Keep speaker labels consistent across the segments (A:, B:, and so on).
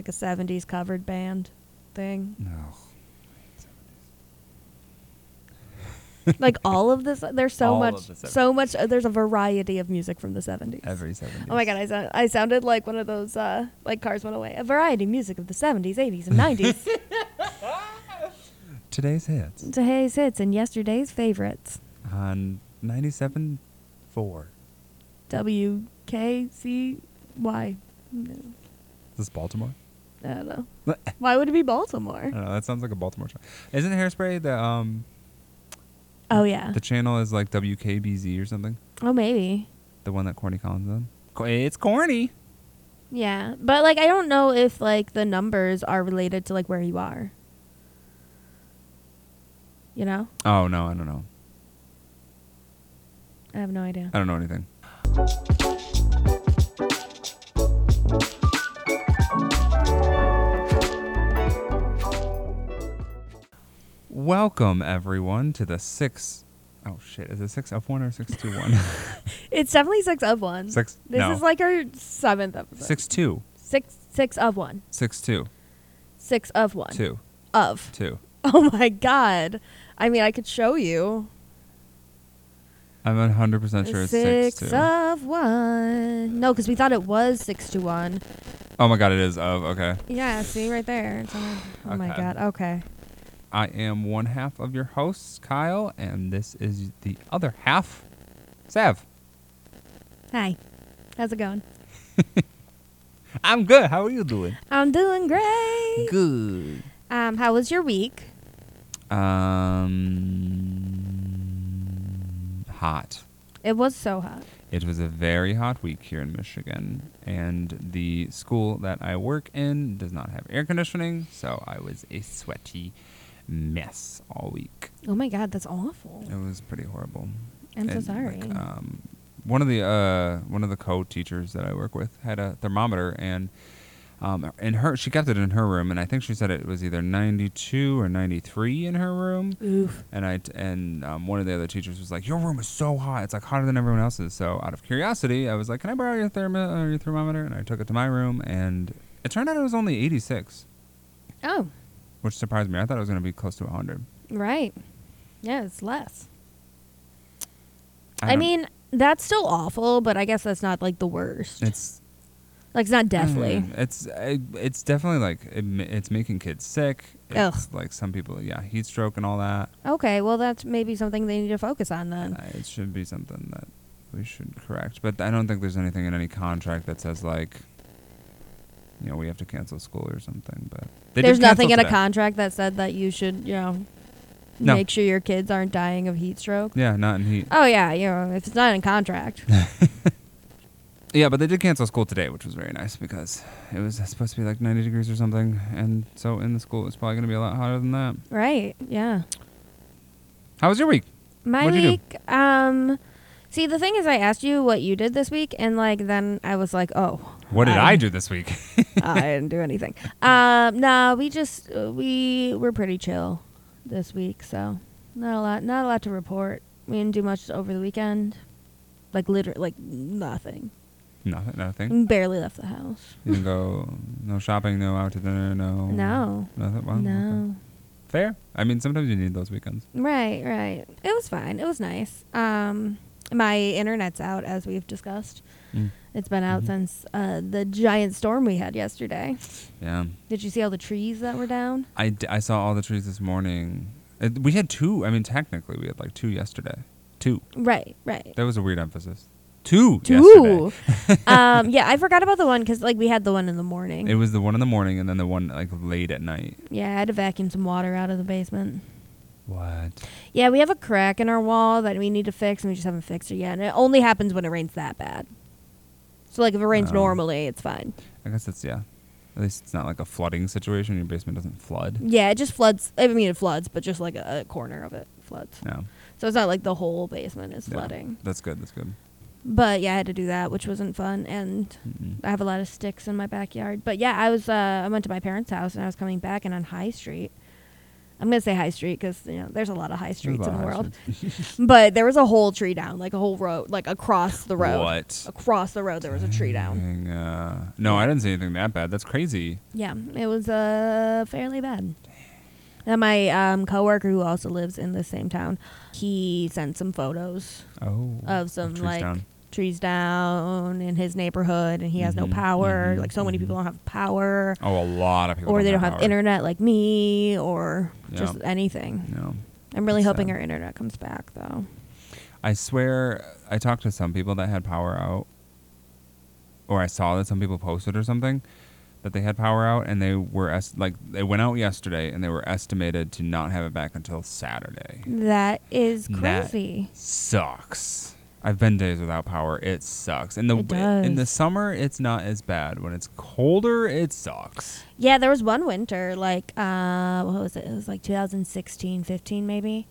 A: like a 70s covered band thing.
B: No.
A: like all of this there's so
B: All of
A: much
B: the 70s.
A: so much uh, there's a variety of music from the 70s.
B: Every 70s.
A: Oh my god, I, sound, I sounded like one of those uh, like cars went away. A variety of music of the 70s, 80s and 90s.
B: Today's hits
A: Today's hits and yesterday's favorites.
B: on 97.4.
A: W K C Y. No,
B: Is this Baltimore?
A: I don't know.
B: I
A: Why would it be Baltimore?
B: don't know. That sounds like a Baltimore song. Isn't Hairspray the um
A: Oh yeah.
B: the channel is like WKBZ or something?
A: Oh maybe.
B: The one that Corny Collins on. Co- It's corny.
A: Yeah, but like I don't know if like the numbers are related to like where you are. You know,
B: Oh no, I don't know.
A: I have no idea.
B: I don't know anything. Welcome everyone to the six oh shit, is it six F one or six two one?
A: It's definitely six of one.
B: Six-
A: This
B: no.
A: is like our seventh episode.
B: Six two.
A: Six. Six of one.
B: Six two.
A: Six of one.
B: Two.
A: Of.
B: Two.
A: Oh my god. I mean, I could show you.
B: I'm hundred percent sure it's six, two.
A: of one. No, because we thought it was six to one.
B: Oh my god, it is of okay.
A: Yeah. See right there. It's on- oh my
B: Okay.
A: god. Okay.
B: I am one half of your hosts, Kyle, and this is the other half, Sav.
A: Hi. How's it going?
B: I'm good. How are you doing?
A: I'm doing great.
B: Good.
A: Um, how was your week?
B: Um, hot.
A: It was so hot.
B: It was a very hot week here in Michigan, and the school that I work in does not have air conditioning, so I was a sweaty mess all week.
A: Oh my god, that's awful.
B: It was pretty horrible.
A: I'm so
B: And,
A: sorry.
B: Like, um, one of the uh, one of the co-teachers that I work with had a thermometer, and um, in her she kept it in her room, and I think she said it was either 92 or 93 in her room.
A: Oof.
B: And I t- and um, one of the other teachers was like, "Your room is so hot; it's like hotter than everyone else's." So out of curiosity, I was like, "Can I borrow your thermo- or your thermometer?" And I took it to my room, and it turned out it was only 86,
A: Oh,
B: which surprised me. I thought it was going to be close to 100.
A: right. Yeah, it's less. I,
B: don't-
A: mean, that's still awful, but I guess that's not like the worst.
B: it's
A: like it's not deathly.
B: Mm, it's I- it's definitely like it, ma- it's making kids sick.
A: Ugh.
B: It's like some people, yeah, heat stroke and all that.
A: Okay, well that's maybe something they need to focus on then.
B: Uh, it should be something that we should correct. But I don't think there's anything in any contract that says like, you know, we have to cancel school or something. But they did
A: There's
B: cancel
A: nothing in a
B: today.
A: contract that said that you should, you know,
B: No.
A: make sure your kids aren't dying of heat stroke.
B: Yeah, not in heat.
A: Oh yeah, you know, if it's not in contract.
B: Yeah, but they did cancel school today, which was very nice because it was supposed to be like 90 degrees or something, and so in the school it's probably going to be a lot hotter than that.
A: right. Yeah.
B: How was your week?
A: My
B: What'd you do?
A: week, um, see, the thing is, I asked you what you did this week, and like then I was like, oh,
B: What did
A: I-
B: I do this week?
A: I didn't do anything. Um, no, we just uh, we were pretty chill this week, so not a lot, not a lot to report. We didn't do much over the weekend, like literally, like nothing.
B: nothing. Nothing.
A: We barely left the house.
B: You can go no shopping, no out to dinner, no.
A: No.
B: Nothing. Wow, okay.
A: no,
B: Fair. I mean, sometimes you need those weekends.
A: right, right. It was fine. It was nice. Um, my internet's out as we've discussed.
B: Mm.
A: It's been out
B: Mhm.
A: since uh, the giant storm we had yesterday.
B: Yeah.
A: Did you see all the trees that were down?
B: I, d- I saw all the trees this morning. It, we had two. I mean, technically, we had like two yesterday. Two.
A: Right, right.
B: That was a weird emphasis. Two.
A: Two.
B: yesterday.
A: um, yeah, I forgot about the one because like we had the one in the morning.
B: It was the one in the morning and then the one like late at night.
A: yeah, I had to vacuum some water out of the basement.
B: What?
A: Yeah, we have a crack in our wall that we need to fix, and we just haven't fixed it yet. And it only happens when it rains that bad. So like if it rains
B: Oh.
A: normally, it's fine.
B: I guess it's, yeah. At least it's not like a flooding situation. Your basement doesn't flood.
A: Yeah, it just floods. I mean, it floods, but just like a, a corner of it floods.
B: No.
A: So it's not like the whole basement is
B: Yeah.
A: flooding.
B: That's good. That's good.
A: But yeah, I had to do that, which wasn't fun, and
B: Mm-mm.
A: I have a lot of sticks in my backyard. But yeah, I was uh, I went to my parents' house and I was coming back and on High Street, I'm gonna say High Street because you know there's a lot of high streets
B: lot
A: in
B: of
A: the
B: high
A: world. but there was a whole tree down, like a whole road, like across the road.
B: What?
A: Across the road, there was a tree down.
B: Dang, uh, no, I didn't see anything that bad. That's crazy.
A: Yeah, it was uh, fairly bad. And my um, coworker, who also lives in the same town, he sent some photos
B: Oh.
A: of some
B: trees
A: like
B: down.
A: trees down in his neighborhood, and he has no
B: Mhm,
A: power.
B: mhm,
A: Like so many
B: mhm.
A: people don't have power,
B: Oh, a lot of people.
A: or they don't have
B: power.
A: internet like me, or just
B: Yeah.
A: anything.
B: No.
A: I'm really
B: That's
A: hoping
B: sad.
A: our internet comes back though.
B: I swear, I talked to some people that had power out, or I saw that some people posted or something that they had power out, and they were es- like they went out yesterday, and they were estimated to not have it back until Saturday.
A: That is
B: That
A: crazy.
B: Sucks. I've been days without power. It sucks. In the
A: It
B: in the
A: does.
B: summer, it's not as bad. When it's colder, it sucks.
A: Yeah, there was one winter, like uh, what was it? It was like 2016, 15 maybe,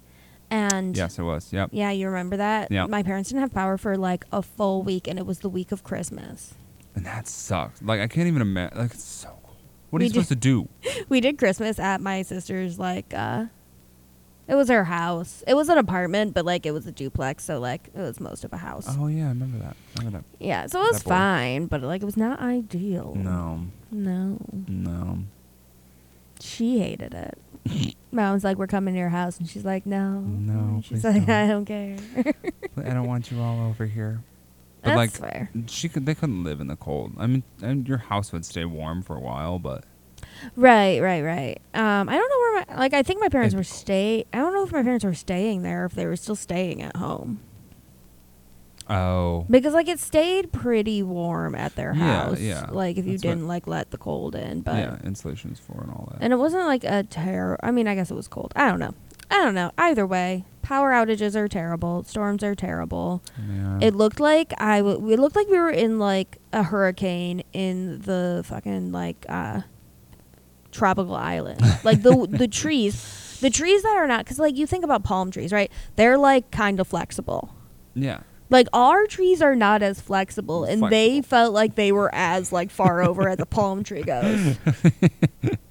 A: and
B: Yes, it was. Yep.
A: yeah, you remember that?
B: Yeah.
A: My parents didn't have power for like a full week, and it was the week of Christmas.
B: And that sucks. Like I can't even imagine. Like it's so cold. What are
A: We
B: you
A: do-
B: supposed to do?
A: we did Christmas at my sister's like uh it was her house. It was an apartment, but like it was a duplex, so like it was most of a house.
B: Oh yeah, I remember that. I remember
A: Yeah, so it was
B: that boy.
A: fine, but like it was not ideal.
B: that. No,
A: No.
B: no.
A: She hated it. Mom was like, We're coming to your house and she's like, No.
B: No,
A: She's
B: please
A: like,
B: don't.
A: I don't care.
B: I don't want you all over here. But
A: That's
B: like,
A: fair.
B: she could. They couldn't live in the cold. I mean, and your house would stay warm for a while, but
A: Right, right, right. Um, I don't know where my like I think my parents
B: It'd
A: were
B: be cool.
A: stay I don't know if my parents were staying there or if they were still staying at home.
B: oh,
A: Because like it stayed pretty warm at their
B: Yeah,
A: house.
B: yeah.
A: Like if you
B: That's what-
A: didn't like let the cold in, but
B: yeah, insulation's for and all that.
A: and it wasn't like a terror. I mean, I guess it was cold. I don't know. I don't know. Either way, power outages are terrible. Storms are terrible.
B: yeah.
A: It looked like I w- it looked like we were in like a hurricane in the fucking like uh tropical island. like the the trees, the trees that are not cuz like you think about palm trees, right? They're like kind of flexible.
B: yeah.
A: Like our trees are not as flexible, and they
B: Flexible.
A: felt like they were as like far over as a palm tree goes.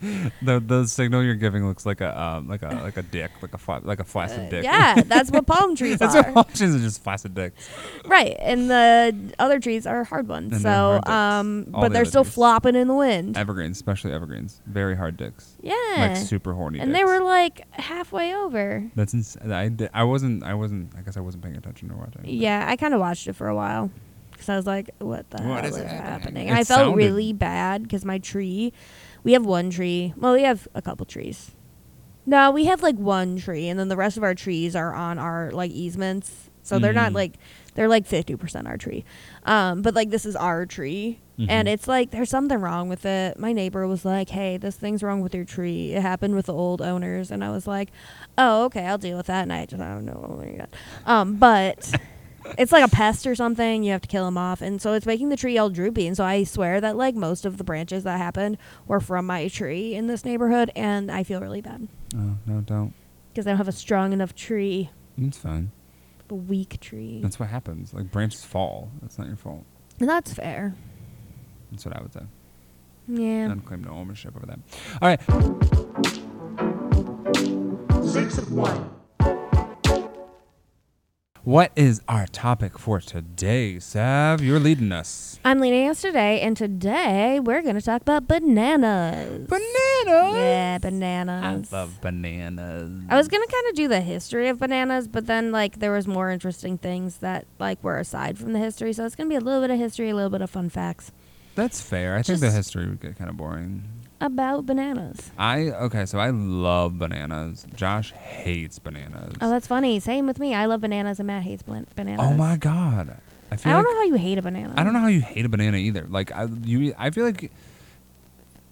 B: The the signal you're giving looks like a um, like a like a dick, like a fla- like a flaccid dick.
A: Uh, yeah, that's what palm trees
B: That's
A: are,
B: what options are just flaccid dicks.
A: right? And the other trees are hard ones.
B: And they're
A: so,
B: hard dicks.
A: um,
B: All
A: but
B: the
A: they're
B: other
A: still
B: trees.
A: flopping in the wind.
B: Evergreens, especially evergreens, very hard dicks,
A: yeah,
B: like super horny.
A: and
B: dicks.
A: they were like halfway over.
B: That's ins- I, di- I wasn't I wasn't I guess I wasn't paying attention to watching.
A: Yeah, I kind of watched it for a while because I was like, "What the
B: What
A: hell
B: is
A: is,
B: happening?
A: happening?"
B: It
A: And I felt
B: sounded-
A: really bad because my tree. We have one tree. Well, we have a couple trees. No, we have like one tree, and then the rest of our trees are on our like easements, so they're not
B: Mm.
A: like they're like fifty percent our tree. Um, but like this is our tree, and
B: Mhm.
A: it's like there's something wrong with it. My neighbor was like, "Hey, this thing's wrong with your tree. It happened with the old owners," and I was like, "Oh, okay, I'll deal with that." And I just I don't know what we got. Um, but it's like a pest or something. You have to kill them off, and so it's making the tree all droopy. And so I swear that like most of the branches that happened were from my tree in this neighborhood, and I feel really bad
B: Oh no, don't.
A: because I don't have a strong enough tree,
B: It's fine.
A: a weak tree.
B: That's what happens. Like branches fall. That's not your fault.
A: And that's fair.
B: That's what I would say. I
A: Yeah.
B: don't claim no ownership over that. All right.
C: Six of one.
B: What is our topic for today, Sav? You're leading us.
A: I'm leading us today, and today we're going to talk about bananas.
B: Bananas.
A: Yeah, bananas.
B: I love bananas.
A: I was gonna kind of do the history of bananas, but then like there was more interesting things that like were aside from the history. So it's gonna be a little bit of history, a little bit of fun facts
B: That's fair. I think the
A: Just-
B: history would get kind of boring.
A: about bananas.
B: I okay, so I love bananas. Josh hates bananas.
A: Oh, that's funny. Same with me. I love bananas, and Matt hates blan- bananas.
B: oh my god. I
A: I
B: feel
A: don't
B: like
A: know how you hate a banana.
B: I don't know how you hate a banana either. Like I, you, I feel like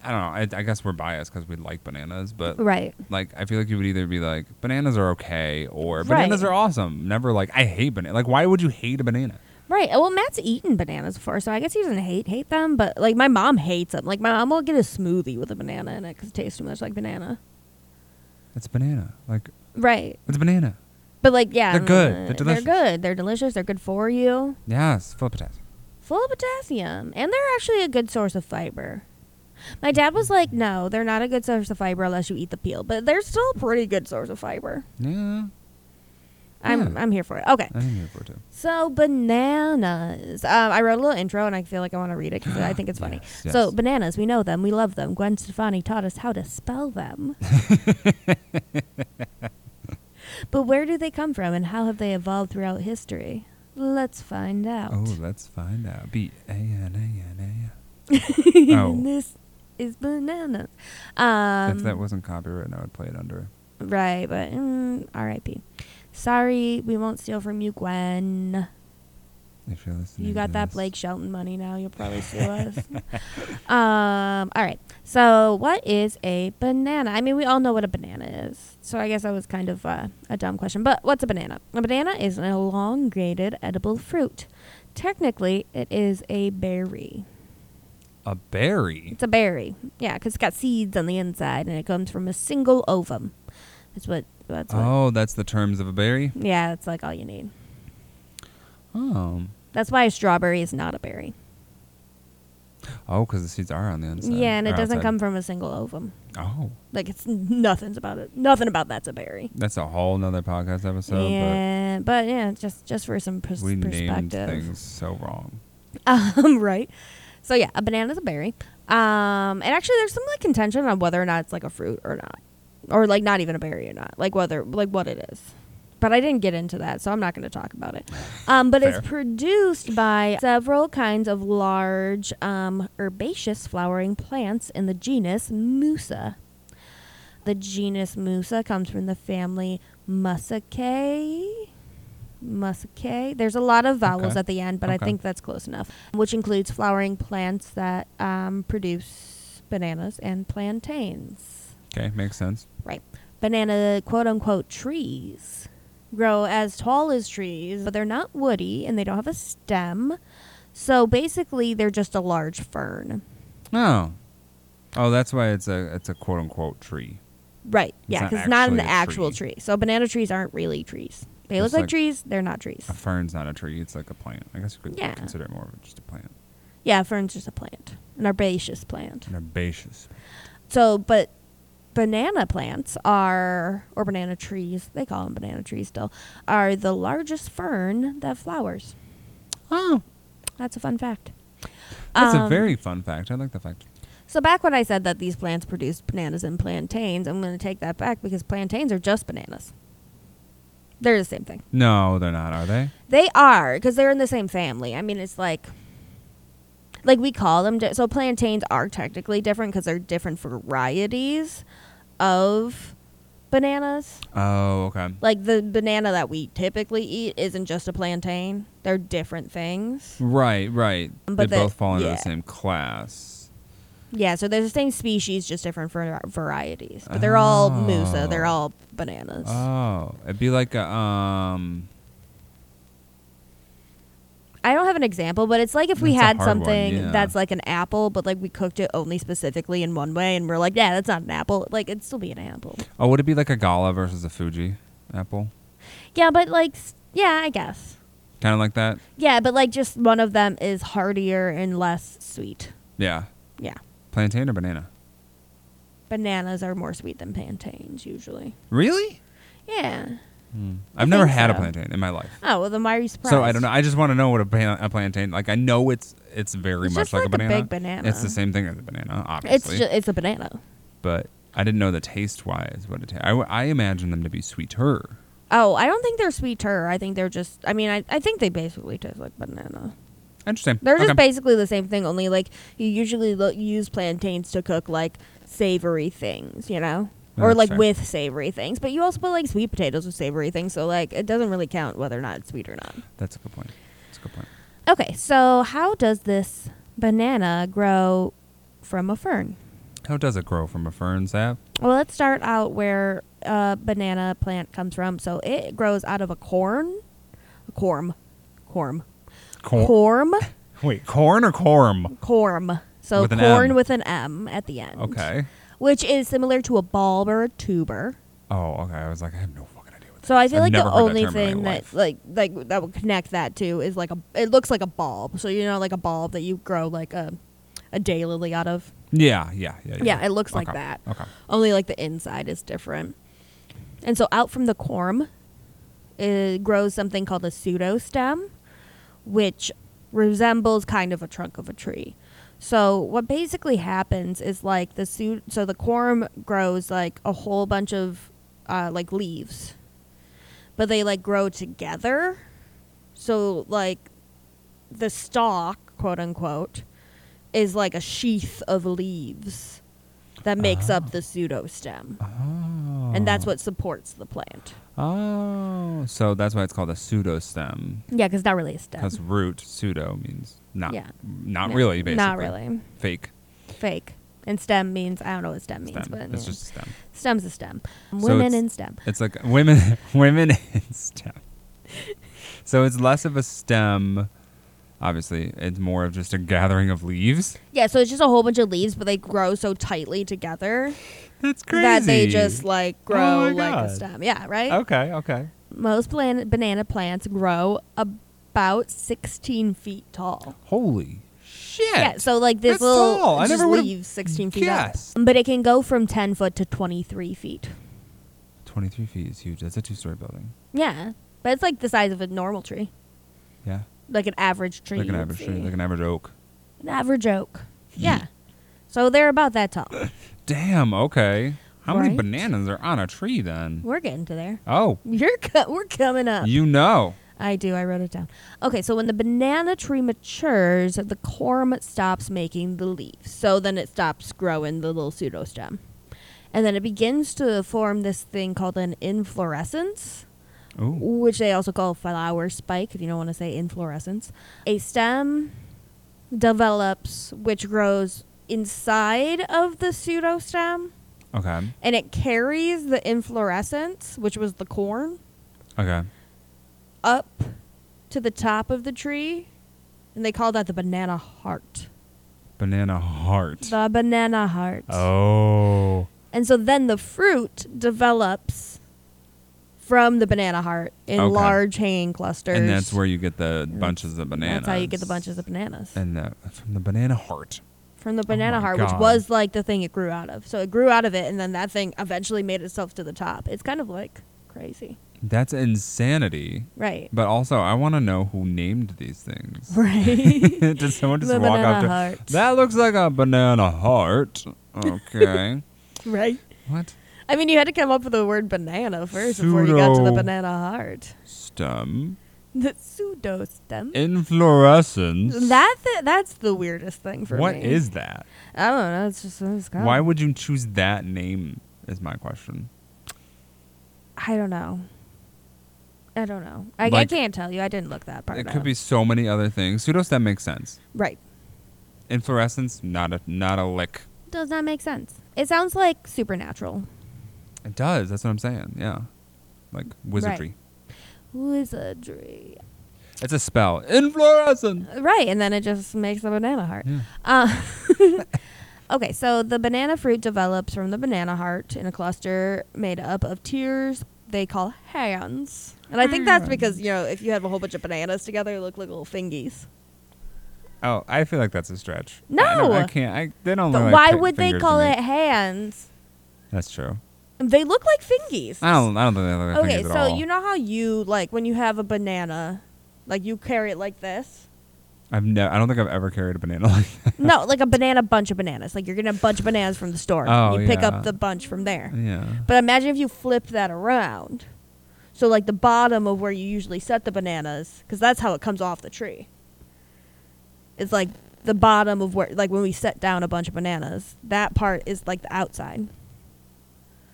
B: I don't know. I, I guess we're biased because we like bananas, but
A: Right.
B: like I feel like you would either be like bananas are okay or bananas
A: Right.
B: are awesome. Never like I hate banana. Like why would you hate a banana?
A: Right. uh, Well, Matt's eaten bananas before, so I guess he doesn't hate hate them. But like my mom hates them. Like my mom will get a smoothie with a banana in it because it tastes too much like banana.
B: It's banana. Like
A: Right.
B: it's banana.
A: But like yeah,
B: They're good. They're delicious.
A: They're good. They're delicious. They're good for you.
B: Yes, full of potassium.
A: Full of potassium, and they're actually a good source of fiber. My dad was like, no, they're not a good source of fiber unless you eat the peel, but they're still a pretty good source of fiber.
B: Yeah,
A: I'm,
B: Yeah.
A: I'm here for it. Okay.
B: I am here for it too.
A: So bananas. Um, I wrote a little intro, and I feel like I want to read it because I think it's funny.
B: Yes, yes.
A: So bananas, we know them, we love them. Gwen Stefani taught us how to spell them. but where do they come from, and how have they evolved throughout history? Let's find out.
B: Oh, let's find out. B A N A N A.
A: And
B: Oh,
A: this is bananas. Um,
B: if that wasn't copyright, I would play it under.
A: right, but mm, R.I.P. Sorry, we won't steal from you, Gwen.
B: If you're listening,
A: You
B: to
A: got that
B: this.
A: Blake Shelton money now. You'll probably sue us. um, all right. So, what is a banana? I mean, we all know what a banana is. So, I guess that was kind of uh, a dumb question. But what's a banana? A banana is an elongated edible fruit. Technically, it is a berry.
B: A berry.
A: It's a berry. Yeah, because it's got seeds on the inside and it comes from a single ovum. That's what. That's what
B: Oh, that's the terms of a berry.
A: Yeah, that's like all you need.
B: Oh,
A: That's why a strawberry is not a berry.
B: oh, because the seeds are on the inside.
A: yeah, and it
B: or
A: doesn't
B: outside.
A: come from a single ovum.
B: Oh,
A: Like it's nothing's about it. Nothing about that's a berry.
B: that's a whole nother podcast episode.
A: yeah, but yeah, just just for some pers-
B: but we named
A: perspective,
B: things so wrong.
A: um, right? So yeah, a banana's a berry. Um, and actually, there's some like contention on whether or not it's like a fruit or not, or like not even a berry or not, like whether like what it is. But I didn't get into that, so I'm not going to talk about it. Um, but
B: Fair.
A: it's produced by several kinds of large um, herbaceous flowering plants in the genus Musa. The genus Musa comes from the family Musaceae. Musaceae. There's a lot of vowels
B: Okay.
A: at the end, but I
B: Okay.
A: think that's close enough. Which includes flowering plants that um, produce bananas and plantains.
B: Okay, makes sense.
A: Right. Banana quote unquote trees grow as tall as trees, but they're not woody and they don't have a stem. So basically, they're just a large fern.
B: Oh, oh, that's why it's a it's a quote unquote tree.
A: Right.
B: It's
A: Yeah,
B: not
A: 'cause yeah, because it's not an
B: actually a
A: actual
B: tree.
A: tree. So banana trees aren't really trees. They look
B: It's
A: like,
B: like-
A: trees, they're not trees.
B: A fern's not a tree; it's like a plant. I guess you could
A: Yeah.
B: consider it more of just a plant,
A: Yeah, a fern's just a plant, an herbaceous plant.
B: an herbaceous.
A: So, but banana plants are, or banana trees, they call them banana trees still, are the largest fern that flowers.
B: Oh,
A: That's a fun fact.
B: that's a
A: Um,
B: very fun fact. I like the fact.
A: So back when I said that these plants produce bananas and plantains, I'm going to take that back because plantains are just bananas. They're the same thing.
B: No, they're not, are they?
A: They are because they're in the same family. I mean, it's like, like we call them. Di- so plantains are technically different because they're different varieties of bananas.
B: Oh, okay.
A: Like the banana that we typically eat isn't just a plantain. They're different things.
B: Right, right.
A: But
B: they
A: they-
B: both fall into
A: yeah.
B: the same class.
A: Yeah, so they're the same species, just different var- varieties. But they're all musa. They're
B: Oh.
A: all bananas.
B: Oh, it'd be like a um.
A: I don't have an example, but it's like if we
B: That's a
A: had
B: hard one,
A: something
B: yeah.
A: that's like an apple, but like we cooked it only specifically in one way, and we're like, yeah, that's not an apple. Like it'd still be an apple.
B: Oh, would it be like a gala versus a Fuji apple?
A: Yeah, but like, s- yeah, I guess.
B: Kind of like that.
A: Yeah, but like just one of them is heartier and less sweet.
B: Yeah,
A: Yeah,
B: plantain or banana.
A: bananas are more sweet than plantains usually.
B: Really?
A: Yeah.
B: I've never
A: think
B: had a
A: so.
B: plantain in my life.
A: Oh well, then why are you surprised?
B: So I don't know. I just want to know what a, ban- a plantain like. I know it's it's very
A: It's
B: much
A: just
B: like,
A: like
B: a
A: a
B: banana.
A: big banana.
B: It's the same thing as a banana,
A: It's
B: obviously.
A: just, it's a banana.
B: but I didn't know the taste wise what it. Ta- I, w- I imagine them to be sweeter.
A: Oh, I don't think they're sweeter. I think they're just. I mean, I, I think they basically taste like banana.
B: Interesting.
A: They're just
B: Okay.
A: basically the same thing, only like you usually lo- use plantains to cook like savory things, you know,
B: Yeah,
A: or
B: that's
A: like
B: fair.
A: with savory things. But you also put like sweet potatoes with savory things, so like it doesn't really count whether or not it's sweet or not.
B: That's a good point. That's a good point.
A: Okay, so how does this banana grow from a fern?
B: How does it grow from a fern sap?
A: Well, let's start out where a banana plant comes from. So it grows out of a corn, a corm, corm,
B: Corn.
A: corm,
B: Wait, corn or corm?
A: corm. So
B: With an
A: corn
B: M.
A: with an M at the end.
B: Okay.
A: which is similar to a bulb or a tuber.
B: Oh, okay. I was like, I have no fucking idea what.
A: So I feel
B: I've
A: like the
B: never heard that
A: only
B: term in my
A: thing that
B: life.
A: like like that would connect that to is like a it looks like a bulb. So you know like a bulb that you grow like a a daylily out of.
B: Yeah, yeah, yeah.
A: Yeah, it looks like
B: Okay,
A: that.
B: Okay.
A: Only like the inside is different. And so out from the corm, it grows something called a pseudostem, which resembles kind of a trunk of a tree. So what basically happens is like the pseu- so the corm grows like a whole bunch of uh, like leaves, but they like grow together. So like the stalk, quote unquote, is like a sheath of leaves that makes up the pseudostem.
B: Oh.
A: And that's what supports the plant.
B: Oh, so that's why it's called a pseudostem.
A: Yeah, because it's not really a stem.
B: Because root pseudo means not,
A: Yeah.
B: not
A: No,
B: really, basically.
A: Not really.
B: Fake
A: Fake. And stem means, I don't know what stem means,
B: stem.
A: but
B: it's
A: yeah.
B: just stem.
A: stem's a stem.
B: So
A: Women
B: it's-
A: in stem.
B: It's like women, women in STEM. So it's less of a STEM. Obviously, it's more of just a gathering of leaves.
A: Yeah, so it's just a whole bunch of leaves, but they grow so tightly together
B: That's crazy. Oh
A: that they just like grow
B: my
A: like
B: God.
A: a stem. Yeah, right?
B: Okay, okay.
A: Most plan- banana plants grow about 16 feet tall.
B: Holy shit.
A: Yeah, so like this
B: That's
A: little
B: tall. I
A: just
B: never would've
A: leaves 16 feet up.
B: guessed.
A: But it can go from 10 foot to 23 feet.
B: 23 feet is huge. That's a two story building.
A: Yeah, but it's like the size of a normal tree,
B: Yeah.
A: like an average tree.
B: Like an
A: you would
B: average tree,
A: see.
B: like an average oak.
A: An average oak. Yeah. so they're about that tall.
B: Damn, okay. How many
A: Right?
B: bananas are on a tree then?
A: We're getting to there.
B: Oh,
A: You're co- we're coming up.
B: you know.
A: I do. I wrote it down. Okay, so when the banana tree matures, the corm stops making the leaves. So then it stops growing the little pseudostem. And then it begins to form this thing called an inflorescence,
B: Ooh.
A: which they also call flower spike, if you don't want to say inflorescence. A stem develops, which grows inside of the pseudostem,
B: Okay.
A: and it carries the inflorescence, which was the corn,
B: Okay.
A: up to the top of the tree, and they call that the banana heart.
B: Banana heart.
A: The banana heart.
B: oh.
A: And so then the fruit develops from the banana heart in
B: Okay.
A: large hanging clusters.
B: And that's where you get the
A: And
B: bunches of bananas.
A: That's how you get the bunches of bananas.
B: And the, from the banana heart.
A: from the banana
B: Oh my
A: heart,
B: God.
A: which was like the thing it grew out of. So it grew out of it, and then that thing eventually made itself to the top. It's kind of like crazy.
B: That's insanity.
A: Right.
B: But also, I want to know who named these things.
A: Right.
B: Did someone just
A: The
B: walk up
A: banana
B: to
A: heart.
B: that? Looks like a banana heart. Okay.
A: right.
B: what
A: I mean, you had to come up with the word banana first before you got to the
B: Pseudo-
A: banana heart.
B: stem
A: The pseudo stem.
B: inflorescence?
A: That th- that's the weirdest thing for
B: What
A: me.
B: is that?
A: I don't know. It's just it's kind
B: Why would you choose that name? Is my question.
A: I don't know. I don't know. I,
B: Like-
A: I can't tell you. I didn't look that part.
B: It
A: up.
B: could be so many other things. Pseudostem makes sense.
A: right.
B: Inflorescence, not a not a lick.
A: Does not make sense. It sounds like supernatural
B: It does. That's what I'm saying. Yeah, like wizardry.
A: wizardry.
B: It's a spell. Inflorescence.
A: Right, and then it just makes a banana heart.
B: Yeah.
A: Uh, okay, so the banana fruit develops from the banana heart in a cluster made up of tears they call hands. And I think that's because, you know, if you have a whole bunch of bananas together, they look like little fingies.
B: Oh, I feel like that's a stretch.
A: No!
B: I, don't- I can't. I, they don't. look
A: But
B: like
A: why
B: Oh fi-
A: would they
B: fingers to
A: call
B: me.
A: it hands?
B: That's true.
A: They look like fingies.
B: I don't. I don't think they look like
A: Okay,
B: fingers at
A: so
B: all.
A: you know how you, like, when you have a banana, like, you carry it like this?
B: I've never. I don't think I've ever carried a banana like that.
A: no, like a banana bunch of bananas. Like, you're getting a bunch of bananas from the store.
B: Oh,
A: you pick
B: yeah. Mm.
A: up the bunch from there.
B: Yeah.
A: But imagine if you flip that around. So like the bottom of where you usually set the bananas, because that's how it comes off the tree. It's like the bottom of where, like when we set down a bunch of bananas, that part is like the outside.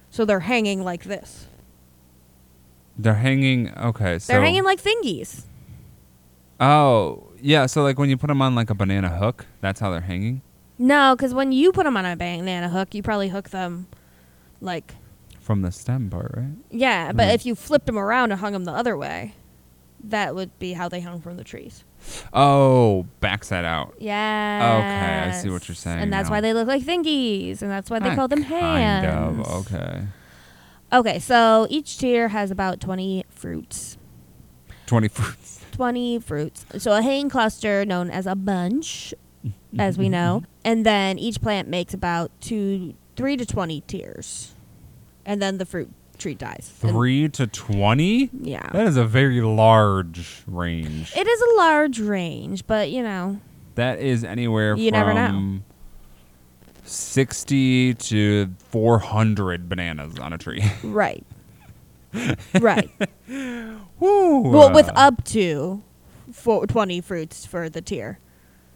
A: So they're hanging like this.
B: They're hanging. Okay. So
A: They're hanging like thingies.
B: Oh yeah. So like when you put them on like a banana hook, that's how they're hanging
A: No, because when you put them on a banana hook, you probably hook them, like
B: from the stem part, right?
A: yeah. But
B: Mm.
A: if you flipped them around and hung them the other way, that would be how they hung from the trees.
B: Oh, backside out.
A: Yeah.
B: see what you're saying
A: And that's
B: now.
A: why they look like thingies, and that's why they
B: Ah,
A: call them
B: kind of,
A: hands.
B: Okay.
A: Okay, so each tier has about 20 fruits.
B: Twenty fruits.
A: 20 fruits. So a hanging cluster known as a bunch, as we know, and then each plant makes about two, three to twenty tears, and then the fruit tree dies. And-
B: Three to twenty.
A: yeah.
B: That is a very large range.
A: It is a large range, but you know,
B: that is anywhere
A: You
B: from
A: never know.
B: sixty to four hundred bananas on a tree.
A: right, right.
B: Woo!
A: Well, with
B: Uh,
A: up to four, 20 fruits for the tier.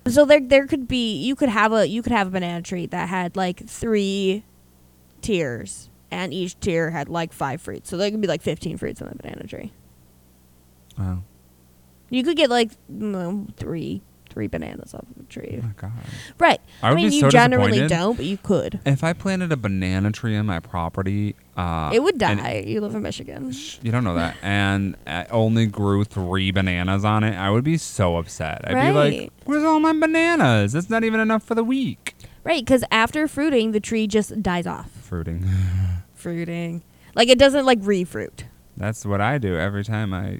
A: So there there could be you could have a you could have a banana tree that had like 3 tiers and each tier had like 5 fruits. So there could be like 15 fruits on the banana tree.
B: Wow.
A: You could get like mm, 3 3 bananas off of a tree.
B: Oh my god.
A: Right.
B: I would
A: mean
B: be
A: you
B: so
A: generally
B: disappointed.
A: don't, but you could.
B: If I planted a banana tree on my property, uh,
A: it would
B: and-
A: die. You live in Michigan.
B: Sh- You don't know that. And I only grew three bananas on it. I would be so upset. I'd be like,
A: Right.
B: where's all my bananas? That's not even enough for the week.
A: Right, cuz after fruiting the tree just dies off.
B: Fruiting.
A: Fruiting. Like it doesn't like refruit.
B: That's what I do every time I.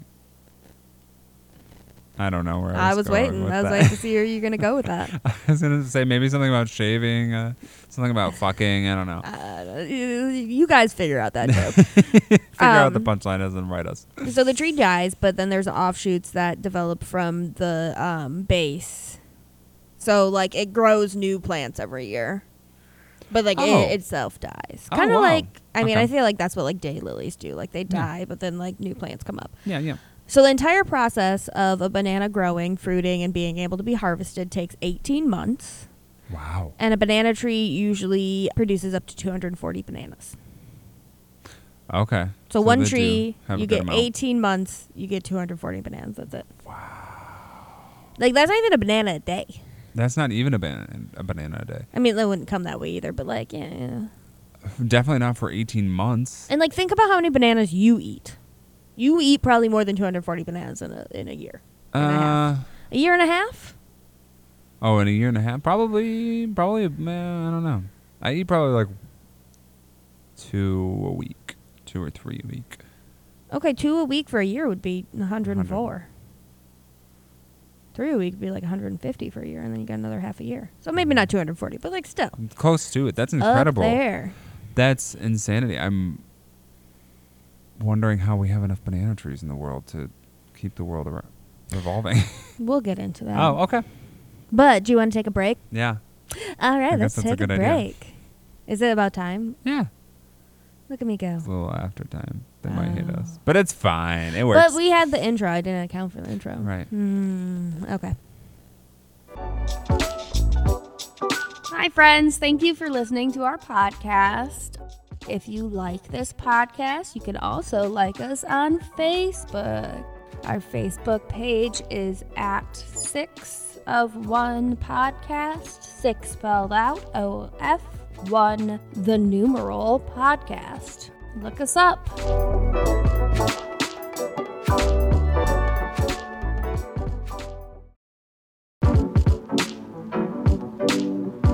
B: I don't know where I
A: I
B: was,
A: was
B: going
A: waiting.
B: with
A: I was
B: that.
A: like, to see where you're gonna go with that.
B: I was gonna say maybe something about shaving, uh, something about fucking. I don't know.
A: Uh, you you guys figure out that joke.
B: Figure out the
A: um,
B: punchline is and write us.
A: so the tree dies, but then there's offshoots that develop from the um, base. So like it grows new plants every year, but like
B: Oh.
A: it itself dies.
B: Oh,
A: Kind of
B: wow.
A: like I mean
B: Okay.
A: I feel like that's what like daylilies do. Like they
B: Yeah.
A: die, but then like new plants come up.
B: Yeah, yeah.
A: So the entire process of a banana growing, fruiting, and being able to be harvested takes 18 months.
B: Wow.
A: And a banana tree usually produces up to 240 bananas.
B: Okay.
A: So, one
B: they do
A: tree,
B: have a
A: you
B: good
A: get
B: amount.
A: 18 months, you get 240 bananas. That's it. Wow. Like, that's not even a banana a day.
B: That's not even a banana, a banana a day.
A: I mean, that wouldn't come that way either, but like, yeah, yeah.
B: Definitely not for 18 months.
A: And like, think about how many bananas you eat. You eat probably more than 240 bananas in a, in a year. and a half.
B: Uh,
A: a year and a half?
B: oh, in a year and a half, probably, probably. Man, I don't know. I eat probably like two a week, two or three a week.
A: Okay, two a week for a year would be 104.
B: 100.
A: Three a week would be like 150 for a year, and then you got another half a year. So maybe not 240, but like still.
B: Close to it. That's
A: Incredible.
B: incredible.
A: Up there.
B: That's insanity. I'm wondering how we have enough banana trees in the world to keep the world ar- revolving.
A: We'll get into that.
B: oh, okay.
A: But do you want to take a break?
B: Yeah.
A: All
B: I
A: right,
B: guess
A: let's
B: that's a
A: take a,
B: good
A: break.
B: idea.
A: Is it about time?
B: Yeah.
A: Look at me go.
B: It's a little after time. They might hit
A: Oh.
B: us, but it's fine. It works.
A: But we had the intro. I didn't account for the intro.
B: Right.
A: Hmm. okay.
D: Hi, friends. Thank you for listening to our podcast. If you like this podcast, you can also like us on Facebook. Our Facebook page is at Six of One Podcast, six spelled out O F one, the numeral podcast. Look us up.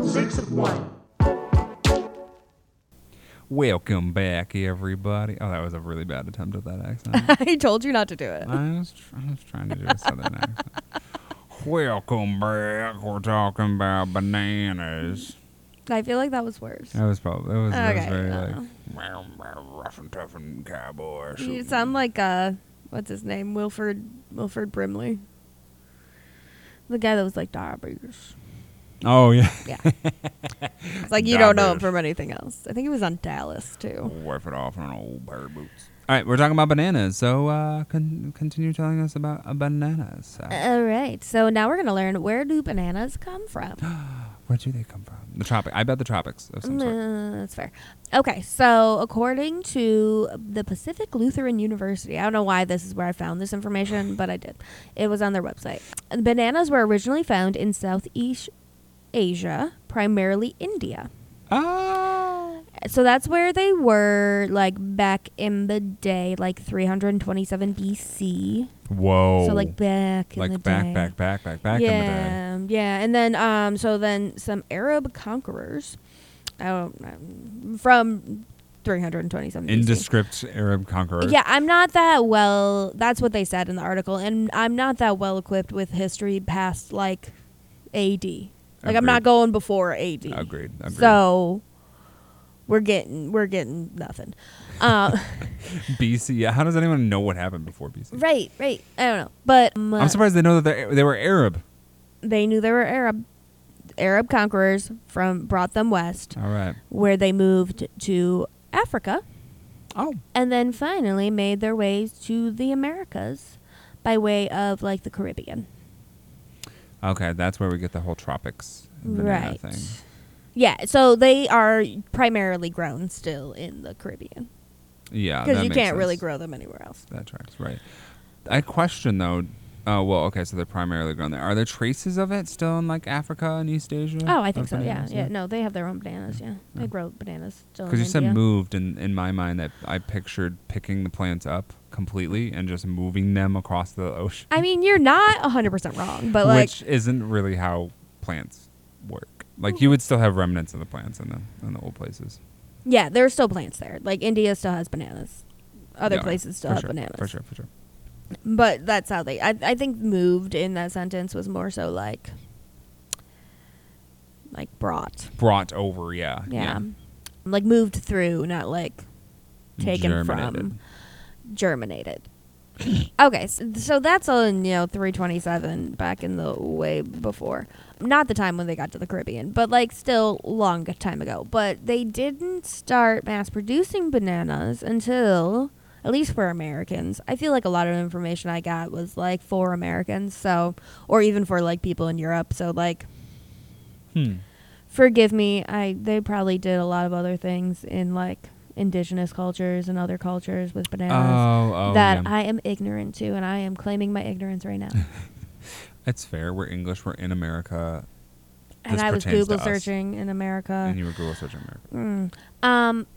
C: Six of one.
B: Welcome back, everybody. Oh, that was a really bad attempt at that accent.
A: I told you not to do it.
B: I was, tr- I was trying to do a southern accent. Welcome back. We're talking about bananas.
A: I feel like that was worse.
B: That was probably that was, that was
A: Okay,
B: very
A: no.
B: like "Meow, meow, rough and tough and cowboy.
A: You
B: shooting."
A: sound like uh, what's his name? Wilford Wilford Brimley. The guy that was like diabetes.
B: Oh yeah.
A: Yeah. it's like you don't know him
B: Diabetes.
A: from anything else. I think he was on Dallas too.
B: Wipe it off on old pair of boots. All right, we're talking about bananas. So uh, con- continue telling us about uh, bananas. Uh,
A: All right. So now we're gonna learn where do bananas come from.
B: Where do they come from? The tropic. I bet the tropics of some sort.
A: Mm, that's fair. Okay, so according to the Pacific Lutheran University, I don't know why this is where I found this information, but I did. It was on their website. Bananas were originally found in Southeast Asia, primarily India.
B: Oh.
A: So that's where they were, like back in the day, like 327 BC.
B: Whoa.
A: So like back in the
B: Oh. Like back,
A: day
B: back, back, back, back in the day.
A: yeah, Yeah, and then um, so then some Arab conquerors, I don't, um, from 327 BC.
B: Indescript Arab conquerors.
A: Yeah, I'm not that well. That's what they said in the article, and I'm not that well equipped with history past like AD. Like I'm not
B: Agreed.
A: going before 80.
B: Agreed. Agreed.
A: So we're getting we're getting nothing. Uh,
B: BC. yeah, How does anyone know what happened before BC?
A: right, right. I don't know, but um,
B: I'm surprised they know that they're- they were Arab.
A: they knew they were Arab Arab conquerors from brought them west,
B: All right.
A: where they moved to Africa.
B: Oh.
A: and then finally made their way to the Americas by way of like the Caribbean.
B: Okay, that's where we get the whole tropics banana
A: Right.
B: thing.
A: Yeah, so they are primarily grown still in the Caribbean
B: Yeah,
A: because
B: Oh, that
A: you
B: makes
A: can't really
B: sense.
A: grow them anywhere else.
B: That tracks right. I question though. Oh well, okay. So they're primarily grown there. Are there traces of it still in like Africa and East Asia?
A: Oh, I think
B: Of
A: so. Yeah,
B: bananas?
A: yeah. No, they have their own bananas. Yeah, they grow bananas still. Because
B: Because you said moved, and in my mind, that I pictured picking the plants up completely and just moving them across the ocean,
A: I mean, you're not 100% wrong, but like,
B: which isn't really how plants work. Like you would still have remnants of the plants in the in the old places.
A: yeah, there are still plants there. Like, India still has bananas. Other
B: Yeah,
A: places still
B: for
A: have
B: sure,
A: bananas.
B: For sure, for sure.
A: But that's how they. I, I think moved in that sentence was more so like, like brought.
B: Brought over, yeah,
A: Yeah. Like moved through, not like taken
B: Germinated.
A: from, germinated. okay, so, so that's on, you know, 327 back in the way before. Not the time when they got to the Caribbean, but like still long time ago. But they didn't start mass producing bananas until, at least for Americans. I feel like a lot of information I got was like for Americans, so, or even for like people in Europe. So, like,
B: Hmm.
A: forgive me i they probably did a lot of other things in like indigenous cultures and other cultures with bananas
B: Oh, oh,
A: that
B: yeah.
A: i am ignorant to and i am claiming my ignorance right now
B: It's fair. We're English. We're in America.
A: and
B: This
A: i was
B: pertains to
A: google
B: us.
A: searching in america
B: and you were Google searching America.
A: Mm. um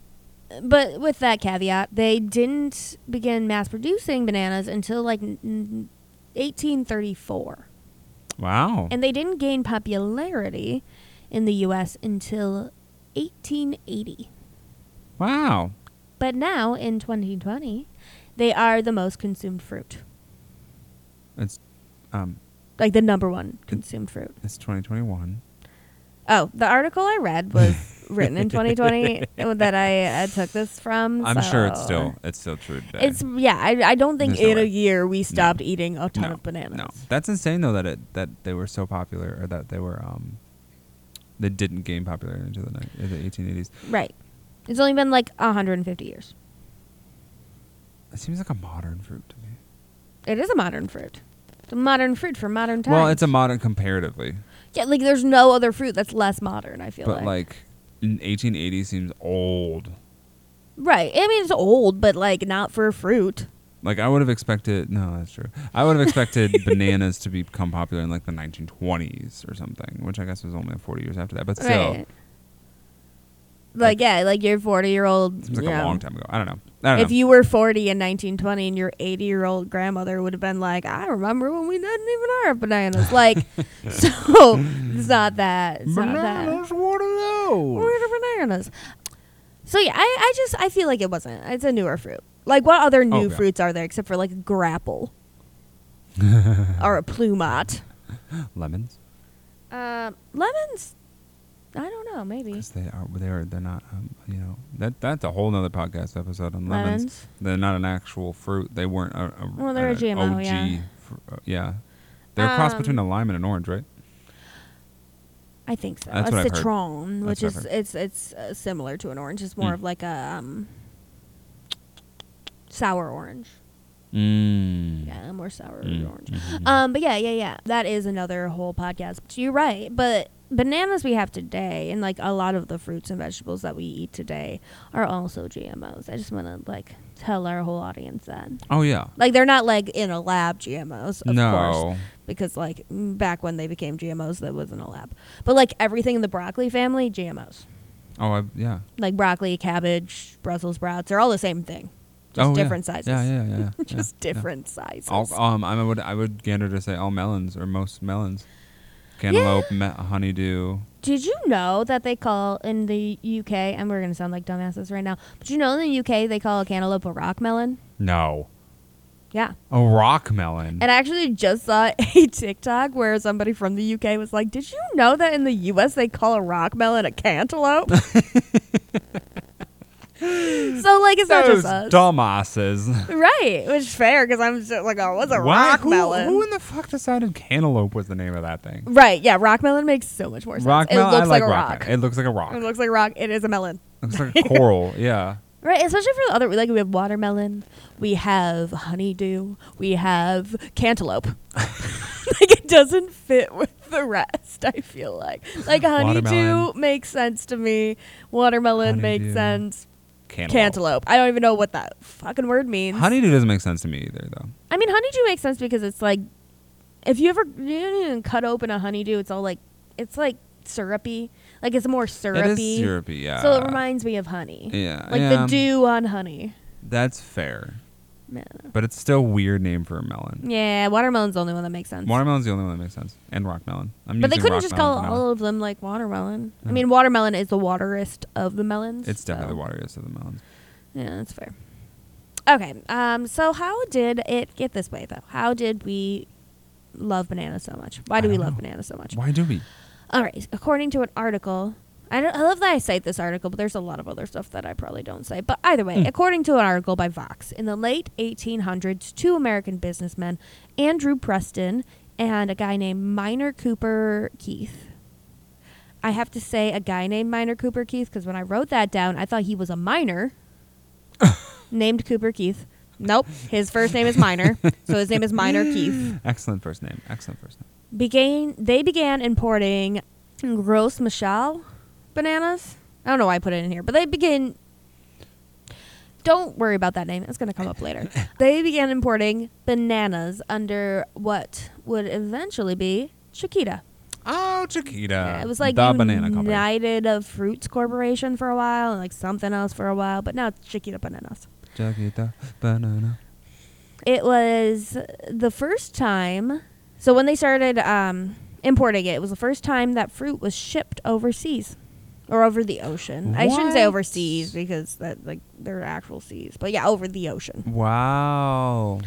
A: but with that caveat they didn't begin mass producing bananas until like n- n- 1834
B: Wow.
A: and they didn't gain popularity in the us until 1880
B: wow.
A: But now in 2020, they are the most consumed fruit.
B: It's um
A: Like the number one consumed fruit.
B: it's 2021.
A: Oh, the article I read was written in 2020 that I uh, took this from.
B: I'm sure it's
A: so-
B: still it's still true today.
A: It's yeah. I, I don't think
B: There's no
A: in a
B: way.
A: year we stopped eating a ton
B: no,
A: of bananas.
B: No. That's insane though that it that they were so popular or that they were um they didn't gain popularity until the ni- the 1880s.
A: Right. It's only been like 150 years.
B: It seems like a modern fruit to me.
A: It is a modern fruit. It's a modern fruit for modern times.
B: Well, it's a modern comparatively,
A: yeah. Like there's no other fruit that's less modern. I feel
B: but like in 1880 seems old.
A: right. I mean it's old, but like not for fruit.
B: Like I would have expected. No, that's true. I would have expected bananas to become popular in like the 1920s or something, which I guess was only 40 years after that. But still,
A: Right. Like, yeah, like your 40 year old.
B: seems like a long time ago. I don't know. I don't
A: If
B: know.
A: you were 40 in 1920 and your 80 year old grandmother would have been like, I remember when we didn't even have bananas. Like, so it's not that. It's not that.
B: what are
A: Where are the bananas? So yeah, I, I just I feel like it wasn't. It's a newer fruit. Like what other new
B: Okay.
A: fruits are there except for like a grapple or a plumot?
B: Lemons,
A: Um, lemons. I don't know. Maybe
B: because they are they are they're not um, you know that that's a whole nother podcast episode on lemons.
A: Lemons.
B: They're not an actual fruit. They weren't a, a
A: Well, they're a
B: an
A: GMO,
B: OG
A: yeah.
B: fr- uh, yeah. They're a cross
A: Um,
B: between a lime and an orange, right?
A: I think so.
B: That's
A: a
B: what I've heard.
A: citron,
B: That's
A: which
B: what I've
A: is it's it's uh, similar to an orange. It's more
B: Mm.
A: of like a um, sour orange.
B: Mm.
A: Yeah, a more sour
B: Mm,
A: orange.
B: mhm.
A: Um, but yeah, yeah, yeah. That is another whole podcast. So you're right, but bananas we have today, and like a lot of the fruits and vegetables that we eat today, are also GMOs. I just want to like tell our whole audience that.
B: Oh yeah.
A: Like they're not like in a lab GMOs, of course
B: no.
A: because like m- back when they became GMOs, that wasn't a lab. But like everything in the broccoli family, GMOs.
B: Oh I, yeah.
A: Like broccoli, cabbage, Brussels sprouts, they're all the same thing, just
B: Oh, yeah.
A: different sizes.
B: Yeah, yeah, yeah. yeah,
A: just
B: yeah.
A: different sizes.
B: All, um, I would I would gander to say all melons or most melons, cantaloupe, me- honeydew.
A: Did you know that they call in the UK? And we're gonna sound like dumbasses right now, but you know in the UK they call a cantaloupe a rock melon.
B: No.
A: Yeah.
B: A rock melon.
A: And I actually just saw a TikTok where somebody from the UK was like, Did you know that in the US they call a rock melon a cantaloupe? so, like, it's not
B: Those
A: just us.
B: dumbasses.
A: Right, which is fair because I'm just like, oh, what's a
B: Why?
A: rock
B: who,
A: melon?
B: who in the fuck decided cantaloupe was the name of that thing?
A: right, yeah, rock melon makes so much more sense.
B: Rock
A: it
B: melon.
A: looks
B: I like,
A: like,
B: rock.
A: a rock.
B: melon. It looks like a rock.
A: It looks like a rock. It is a melon.
B: looks like a coral. Yeah.
A: Right, especially for the other, like we have watermelon, we have honeydew, we have cantaloupe. like it doesn't fit with the rest. I feel like like honeydew
B: Watermelon.
A: makes sense to me. Watermelon
B: Honeydew.
A: makes sense.
B: Cantaloupe.
A: Cantaloupe. I don't even know what that fucking word means.
B: Honeydew doesn't make sense to me either, though.
A: I mean, honeydew makes sense because it's like, if you ever you don't even cut open a honeydew, it's all like, it's like syrupy. Like it's more syrupy.
B: It is syrupy. Yeah.
A: So it reminds me of honey.
B: Yeah.
A: Like
B: yeah,
A: the dew on honey.
B: That's fair,
A: Yeah.
B: but it's still a weird name for a melon.
A: Yeah, watermelon's the only one that makes sense.
B: Watermelon's the only one that makes sense, and rock melon. I'm
A: but they
B: using
A: couldn't
B: rock
A: just
B: melon
A: call
B: for
A: all
B: melon.
A: of them like watermelon. I
B: No.
A: mean, watermelon is the waterest of the melons.
B: It's definitely
A: so-
B: the wateriest of the melons.
A: Yeah, that's fair. Okay, um, so how did it get this way though? How did we love bananas so much? Why
B: I
A: do we
B: don't
A: love
B: know.
A: bananas so much?
B: Why do we?
A: All right. According to an article, I, don't, I love that I cite this article, but there's a lot of other stuff that I probably don't say. But either way,
B: Mm.
A: according to an article by Vox, in the late 1800s, two American businessmen, Andrew Preston and a guy named Minor Cooper Keith. I have to say a guy named Minor Cooper Keith because when I wrote that down, I thought he was a miner named Cooper Keith. Nope. His first name is Minor. so his name is Minor Keith
B: Excellent first name. Excellent first name.
A: began they began importing gross Michel bananas. I don't know why I put it in here, but they begin. Don't worry about that name; it's going to come up later. They began importing bananas under what would eventually be Chiquita.
B: Oh, Chiquita.
A: Yeah, it was like
B: the
A: United
B: banana company.
A: of Fruits Corporation for a while, and like something else for a while, but now it's Chiquita Bananas.
B: Chiquita banana.
A: It was the first time. So when they started um, importing it, it was the first time that fruit was shipped overseas or over the ocean. I shouldn't say
B: What?
A: overseas because that like they're actual seas, but yeah, over the ocean.
B: Wow.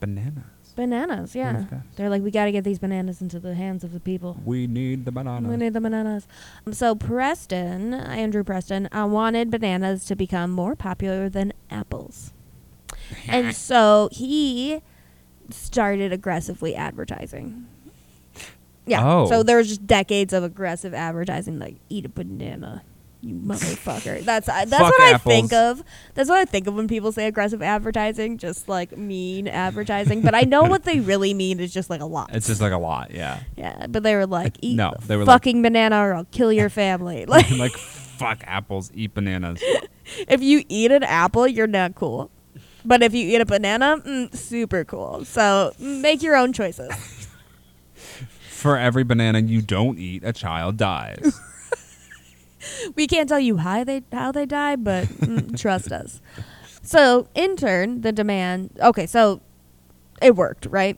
B: Bananas.
A: Bananas, yeah.
B: Okay.
A: They're like, we got to get these bananas into the hands of the people.
B: We need the banana.
A: We need the bananas. Um, So Preston, Andrew Preston, uh, wanted bananas to become more popular than apples, and so he started aggressively advertising. Yeah.
B: Oh.
A: So there's just decades of aggressive advertising, like eat a banana, you motherfucker. That's I, that's
B: Fuck
A: what I
B: apples.
A: think of. That's what I think of when people say aggressive advertising, just like mean advertising. but I know what they really mean is just like a lot.
B: It's just like a lot. Yeah.
A: Yeah, but they were like,
B: Like,
A: "Eat
B: no,
A: the
B: they were like-
A: fucking banana, or I'll kill your family." like,
B: like fuck apples. Eat bananas.
A: if you eat an apple, you're not cool. But if you eat a banana, mm, super cool. So mm, make your own choices.
B: For every banana you don't eat, a child dies.
A: we can't tell you how they how they die, but mm, trust us. So in turn, the demand. Okay, so it worked, right?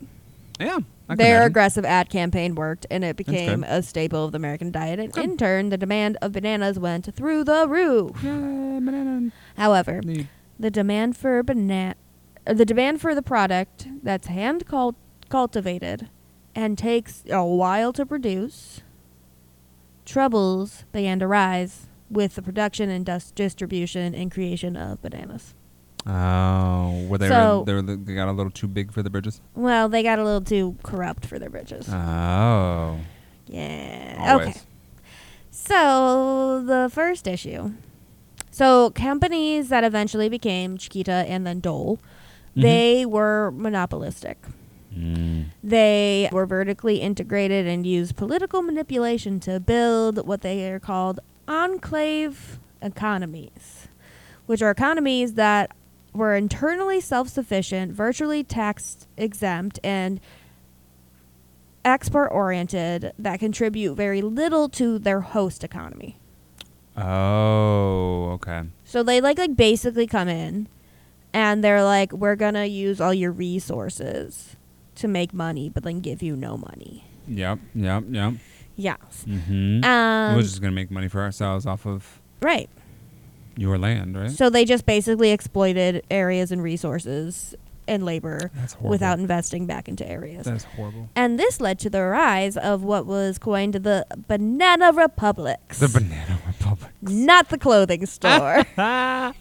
B: yeah. I can
A: Their
B: imagine.
A: aggressive ad campaign worked, and it became
B: good.
A: a staple of the American diet. And in turn, the demand of bananas went through the roof.
B: Yay, banana.
A: However,
B: Need.
A: the demand for banana the demand for the product that's hand cult- cultivated and takes a while to produce troubles began to rise with the production and dus- distribution and creation of bananas
B: Oh, were they,
A: So-
B: they, were, they got a little too big for the bridges?
A: well they got a little too corrupt for their britches
B: Oh.
A: yeah
B: Always.
A: okay so the first issue so companies that eventually became chiquita and then dole
B: Mhm.
A: they were monopolistic
B: Mm.
A: They were vertically integrated and used political manipulation to build what they are called enclave economies, which are economies that were internally self sufficient, virtually tax exempt, and export oriented that contribute very little to their host economy.
B: Oh, okay.
A: So they like like basically come in and they're like, We're gonna use all your resources to make money, but then give you no money.
B: Yep, yep, yep.
A: Yes.
B: Mm-hmm.
A: Um,
B: we're just going to make money for ourselves off of
A: right.
B: your land, right?
A: So they just basically exploited areas and resources and labor
B: That's horrible.
A: without investing back into areas.
B: That's horrible.
A: and this led to the rise of what was coined the banana republics.
B: The Banana Republic.
A: not the clothing store. but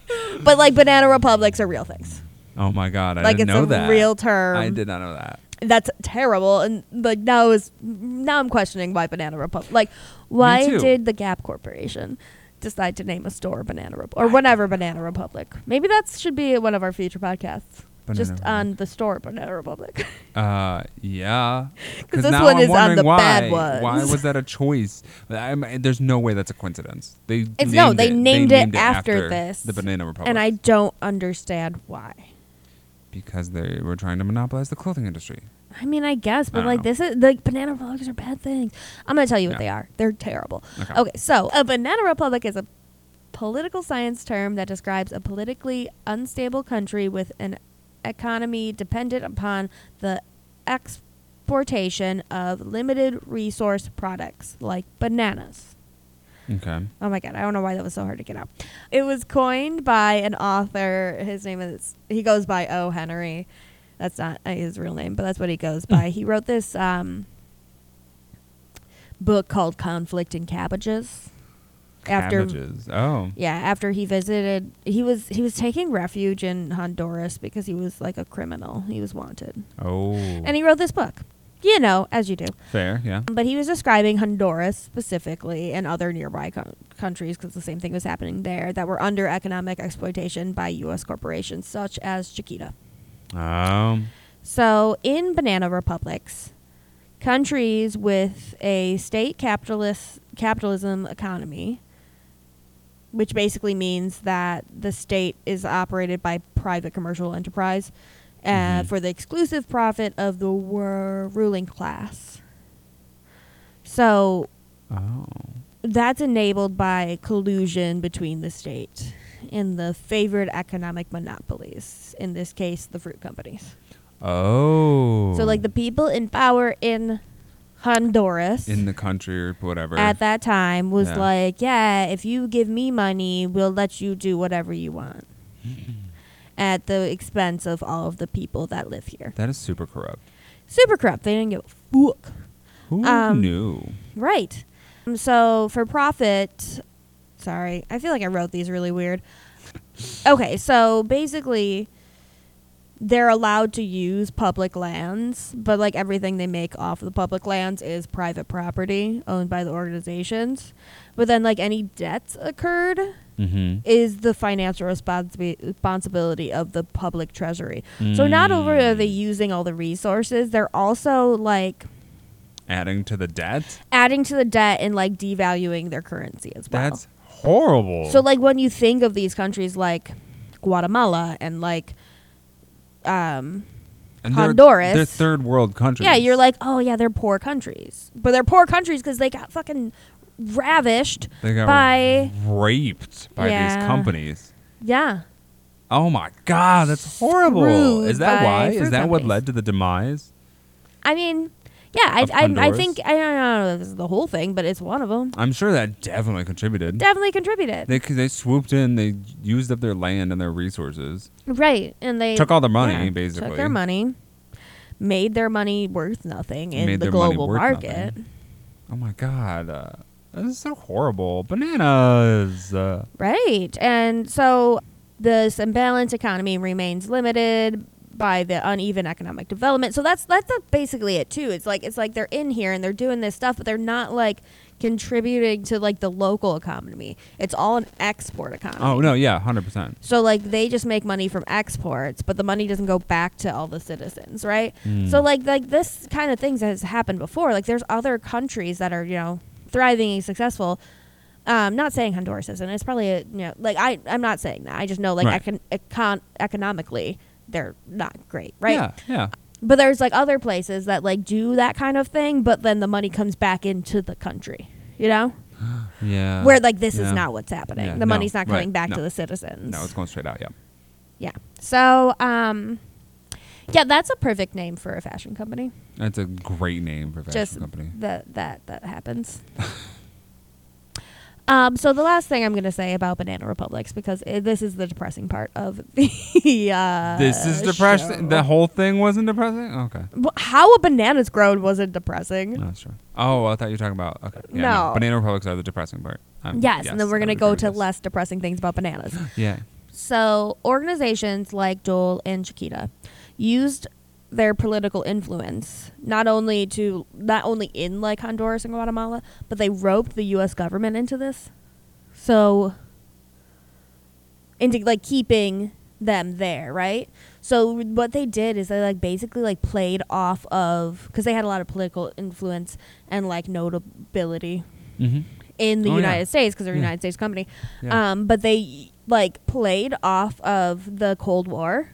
A: like banana republics are real things.
B: Oh my God! I
A: like
B: didn't
A: it's
B: know
A: a
B: that.
A: real term.
B: I did not know that.
A: That's terrible. And like now is now I'm questioning why banana republic. Like why
B: too.
A: did the Gap Corporation decide to name a store banana Rep- or whatever banana republic? Maybe that should be one of our future podcasts.
B: Banana
A: just
B: Republic.
A: on the store banana republic.
B: Uh, yeah.
A: 'Cause this
B: now
A: one
B: I'm
A: is on
B: wondering
A: the
B: why.
A: bad ones.
B: Why was that a choice? I'm, there's no way that's a coincidence. They
A: It's- no,
B: named
A: they
B: it-
A: named it after this.
B: the Banana Republic,
A: and I don't understand why.
B: because they were trying to monopolize the clothing industry.
A: I mean, I guess, but
B: I don't
A: like
B: know.
A: this is like banana republics are bad things. I'm gonna tell you what
B: Yeah.
A: they are. They're terrible.
B: Okay.
A: Okay, so a banana republic is a political science term that describes a politically unstable country with an economy dependent upon the exportation of limited resource products like bananas.
B: Okay.
A: Oh my god, I don't know why that was so hard to get out. It was coined by an author. His name is he goes by O. Henry. That's not uh, his real name, but that's what he goes by. he wrote this um, book called Conflict in Cabbages.
B: Cabbages. Oh.
A: yeah, after he visited, he was he was taking refuge in Honduras because he was like a criminal. He was wanted,
B: Oh.
A: and he wrote this book. You know, as you do.
B: Fair. Yeah.
A: But he was describing Honduras specifically and other nearby co- countries because the same thing was happening there that were under economic exploitation by U.S. corporations such as Chiquita.
B: Um.
A: So, in banana republics, countries with a state capitalist capitalism economy, which basically means that the state is operated by private commercial enterprise uh,
B: Mhm.
A: for the exclusive profit of the wor- ruling class. So,
B: Oh.
A: that's enabled by collusion between the state and the favored economic monopolies, in this case, the fruit companies.
B: Oh.
A: So, like the people in power in Honduras
B: in the country or whatever.
A: at that time was
B: Yeah.
A: like, yeah, if you give me money, we'll let you do whatever you want at the expense of all of the people that live here.
B: that is super corrupt.
A: Super corrupt. They didn't give a fuck.
B: Who
A: Um,
B: knew?
A: Right. Um, so for profit, sorry, I feel like I wrote these really weird. Okay, so basically, they're allowed to use public lands, but like everything they make off the public lands is private property owned by the organizations. But then, like any debts occurred,
B: Mm-hmm.
A: is the financial responsi- responsibility of the public treasury. So not only are they using all the resources, they're also like
B: Adding to the debt.
A: adding to the debt and like devaluing their currency as well.
B: That's horrible.
A: so like when you think of these countries like Guatemala and like um
B: And they're-
A: Honduras.
B: They're third world countries.
A: yeah, you're like, "Oh yeah, they're poor countries." But they're poor countries cuz they got fucking ravished
B: they got
A: by
B: raped by
A: Yeah.
B: these companies.
A: yeah.
B: Oh my god, that's horrible.
A: Screwed
B: Is that
A: by
B: why?
A: fruit
B: Is that what
A: companies.
B: led to the demise?
A: I mean, yeah, I
B: Of
A: I, I
B: Honduras?
A: think I don't know if this is the whole thing, but it's one of them.
B: I'm sure that definitely contributed.
A: Definitely contributed.
B: they 'cause they swooped in, they used up their land and their resources.
A: right. And they
B: Took all their money,
A: yeah,
B: basically.
A: Took their money. Made their money worth nothing in
B: Made
A: the
B: their money
A: global
B: worth
A: market.
B: nothing. Oh my god. Uh, that is so horrible. Bananas. Uh,
A: Right. And so this imbalanced economy remains limited by the uneven economic development. So that's that's basically it too. It's like it's like they're in here and they're doing this stuff, but they're not like contributing to like the local economy. It's all an export economy.
B: oh no, yeah, 100%.
A: So like they just make money from exports, but the money doesn't go back to all the citizens, right?
B: Hmm.
A: So like like this kind of things has happened before. Like there's other countries that are you know thriving and successful. Um, not saying Honduras isn't. It's probably a, you know like I I'm not saying that. I just know like
B: Right.
A: econ- econ- economically they're not great, right?
B: Yeah, yeah.
A: But there's like other places that like do that kind of thing, but then the money comes back into the country, you know,
B: Yeah.
A: where like this is
B: Uh, yeah.
A: not what's happening.
B: Yeah,
A: The
B: no,
A: money's not
B: right,
A: coming back
B: no.
A: to the citizens.
B: No, it's going straight out, yeah.
A: Yeah. So, um, yeah, that's a perfect name for a fashion company.
B: That's a great name for a fashion
A: Just
B: company.
A: that that that happens. Um, so the last thing I'm going to say about Banana Republics because i this is the depressing part of the. Uh,
B: this
A: show.
B: is
A: Mm-hmm.
B: depressing. The whole thing wasn't depressing. Okay,
A: Wh- How a banana's grown wasn't depressing.
B: no, that's true. Oh, I thought you were talking about. Okay, yeah,
A: No.
B: Banana Republics are the depressing part. I'm-
A: Yes, and then we're
B: I
A: going to
B: would
A: go
B: agree
A: to
B: with this.
A: less depressing things about bananas.
B: Yeah,
A: So, organizations like Dole and Chiquita used their political influence not only to not only in like Honduras and Guatemala, but they roped the US government into this. So into like keeping them there, right? So what they did is they like basically like played off of cuz they had a lot of political influence and like notability
B: mm-hmm.
A: in the
B: Oh, yeah.
A: United States because they're a
B: Yeah.
A: United States company.
B: Yeah.
A: Um, but they like played off of the Cold War,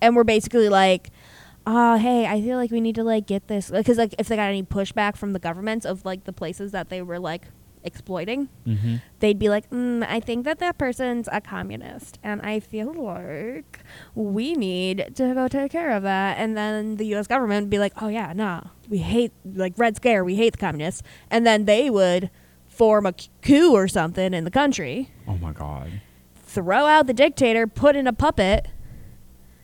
A: and were basically like, "Oh, hey, I feel like we need to like get this because like if they got any pushback from the governments of like the places that they were like exploiting."
B: Mm-hmm.
A: They'd be like, mm, I think that that person's a communist, and I feel like we need to go take care of that. And then the U.S. government would be like, Oh yeah, no, we hate like Red Scare, we hate the communists. And then they would form a c- coup or something in the country,
B: Oh my god,
A: throw out the dictator, put in a puppet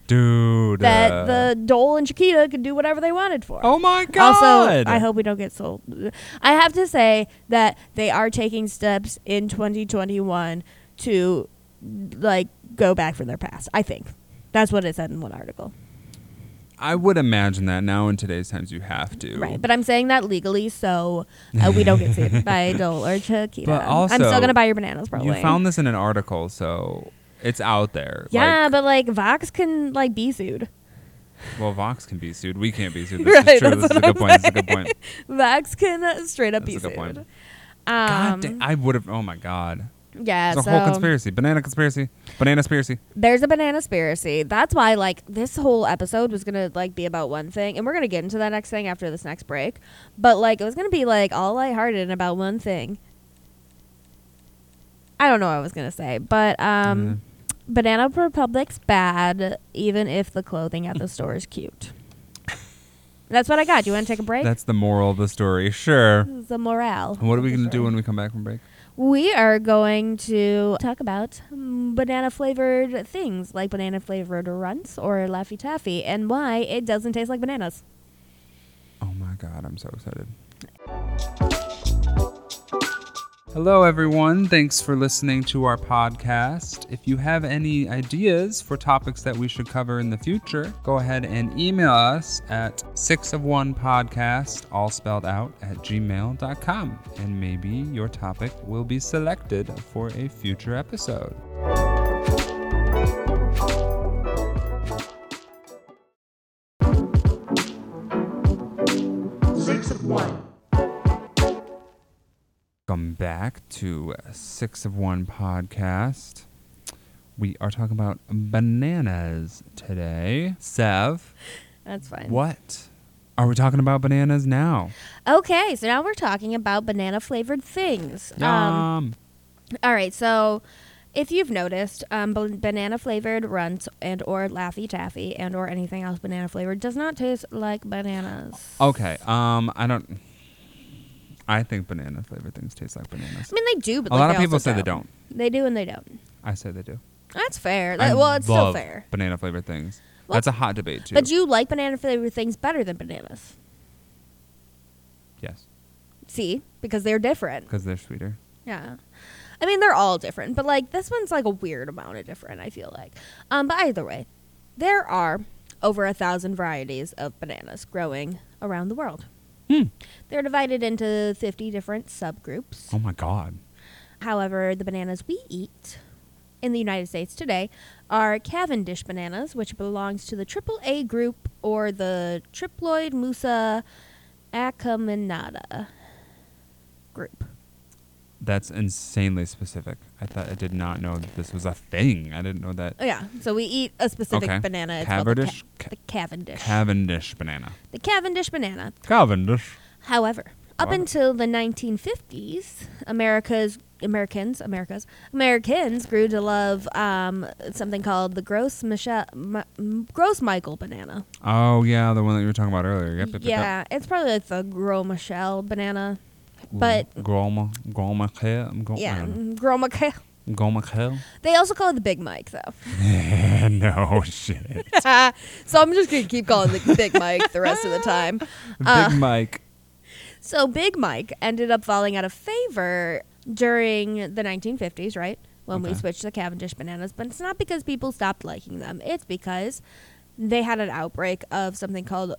B: dude.
A: that
B: uh,
A: the Dole and Chiquita could do whatever they wanted for.
B: Oh my god.
A: Also, I hope we don't get sold. I have to say that they are taking steps in 2021 to like go back from their past. I think that's what it said in one article.
B: I would imagine that now in today's times you have to.
A: Right, but I'm saying that legally, so uh, we don't get sued by Dole or Chiquita.
B: But
A: I'm still
B: also,
A: gonna buy your bananas, probably.
B: you found this in an article, so it's out there.
A: yeah,
B: Like,
A: but like Vox can like be sued.
B: well, Vox can be sued. We can't be sued. This
A: Right,
B: is true.
A: that's
B: This is a
A: what
B: good
A: I'm
B: point. This is a good point.
A: Vox can uh, straight up
B: That's
A: be
B: a good
A: sued.
B: point.
A: Um,
B: god, da- I would have. Oh my god.
A: yeah,
B: It's a
A: so
B: whole conspiracy. Banana conspiracy. Banana conspiracy.
A: there's a banana spiracy. That's why like this whole episode was gonna like be about one thing, and we're gonna get into that next thing after this next break. But like it was gonna be like all lighthearted and about one thing. I don't know what I was gonna say, but um, Banana Republic's bad, even if the clothing at the store is cute. That's what I got. Do you want to take a break?
B: That's the moral of the story. Sure.
A: This is the morale.
B: And what are
A: of
B: we
A: the
B: going to do
A: story.
B: when we come back from break?
A: We are going to talk about banana flavored things like banana flavored runts or Laffy Taffy and why it doesn't taste like bananas.
B: Oh my god, I'm so excited. Hello, everyone. Thanks for listening to our podcast. If you have any ideas for topics that we should cover in the future, go ahead and email us at six of one podcast, all spelled out, at gmail.com. And maybe your topic will be selected for a future episode.
C: Six of one.
B: Welcome back to uh, Six of One podcast. We are talking about bananas today. Sev,
A: That's fine.
B: what are we talking about bananas now?
A: Okay, so now we're talking about banana flavored things. Um,
B: Yum.
A: all right, so if you've noticed, um, banana flavored runts and or Laffy Taffy and or anything else banana flavored does not taste like bananas.
B: okay. Um, I don't. I think banana flavored things taste like bananas.
A: I mean, they do, but
B: A
A: like,
B: lot of
A: they
B: people
A: also
B: say they don't.
A: They do and they don't.
B: I say they do.
A: That's fair.
B: I
A: Uh, That- well, it's
B: love
A: still fair.
B: Banana flavored things.
A: Well,
B: That's a hot debate too.
A: But you like banana flavored things better than bananas.
B: yes,
A: See, because they're different.
B: because they're sweeter.
A: Yeah. I mean, they're all different, but like this one's like a weird amount of different, I feel like. Um, but either way, there are over a thousand varieties of bananas growing around the world.
B: Hmm.
A: They're divided into 50 different subgroups.
B: Oh my god.
A: However, the bananas we eat in the United States today are Cavendish bananas, which belongs to the triple A group or the Triploid Musa acuminata group.
B: That's insanely specific. I thought I did not know that this was a thing. I didn't know that
A: Oh, yeah. So we eat a specific
B: Okay.
A: banana. It's called the
B: Cavendish?
A: ca- the Cavendish.
B: Cavendish banana.
A: the Cavendish banana.
B: Cavendish.
A: However, up
B: However.
A: until the 1950s, America's Americans, America's Americans grew to love um, something called the gross Michelle, Ma- gross Michael banana.
B: Oh yeah, the one that you were talking about earlier. Yep, yep, yep, yep.
A: Yeah, it's probably like the Gros Michel banana. But
B: Groma, Groma Kell, Groma,
A: yeah, girl Michael.
B: Groma Kell.
A: They also call it the Big Mike though.
B: no shit.
A: so I'm just gonna keep calling it the Big Mike the rest of the time. Uh,
B: Big Mike.
A: So Big Mike ended up falling out of favor during the 1950s, right? When we
B: Okay.
A: switched to Cavendish bananas, but it's not because people stopped liking them. It's because they had an outbreak of something called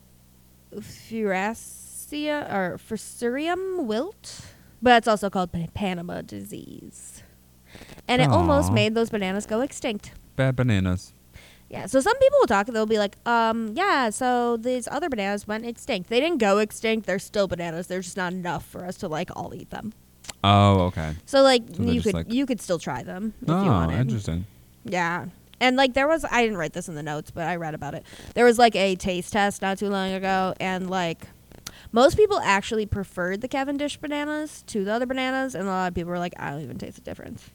A: furacea or fusarium wilt, but it's also called Pa- Panama disease. And it almost
B: Aw.
A: made those bananas go extinct.
B: Bad bananas.
A: Yeah, so some people will talk, they'll be like, um, yeah, so these other bananas went extinct. They didn't go extinct, they're still bananas. There's just not enough for us to like all eat them.
B: Oh, okay.
A: So like
B: So they're
A: you
B: just
A: could
B: like-
A: you could still try them if you
B: Oh,
A: wanted.
B: interesting.
A: Yeah. And like there was I didn't write this in the notes, but I read about it. There was like a taste test not too long ago and like most people actually preferred the Cavendish bananas to the other bananas and a lot of people were like, I don't even taste the difference.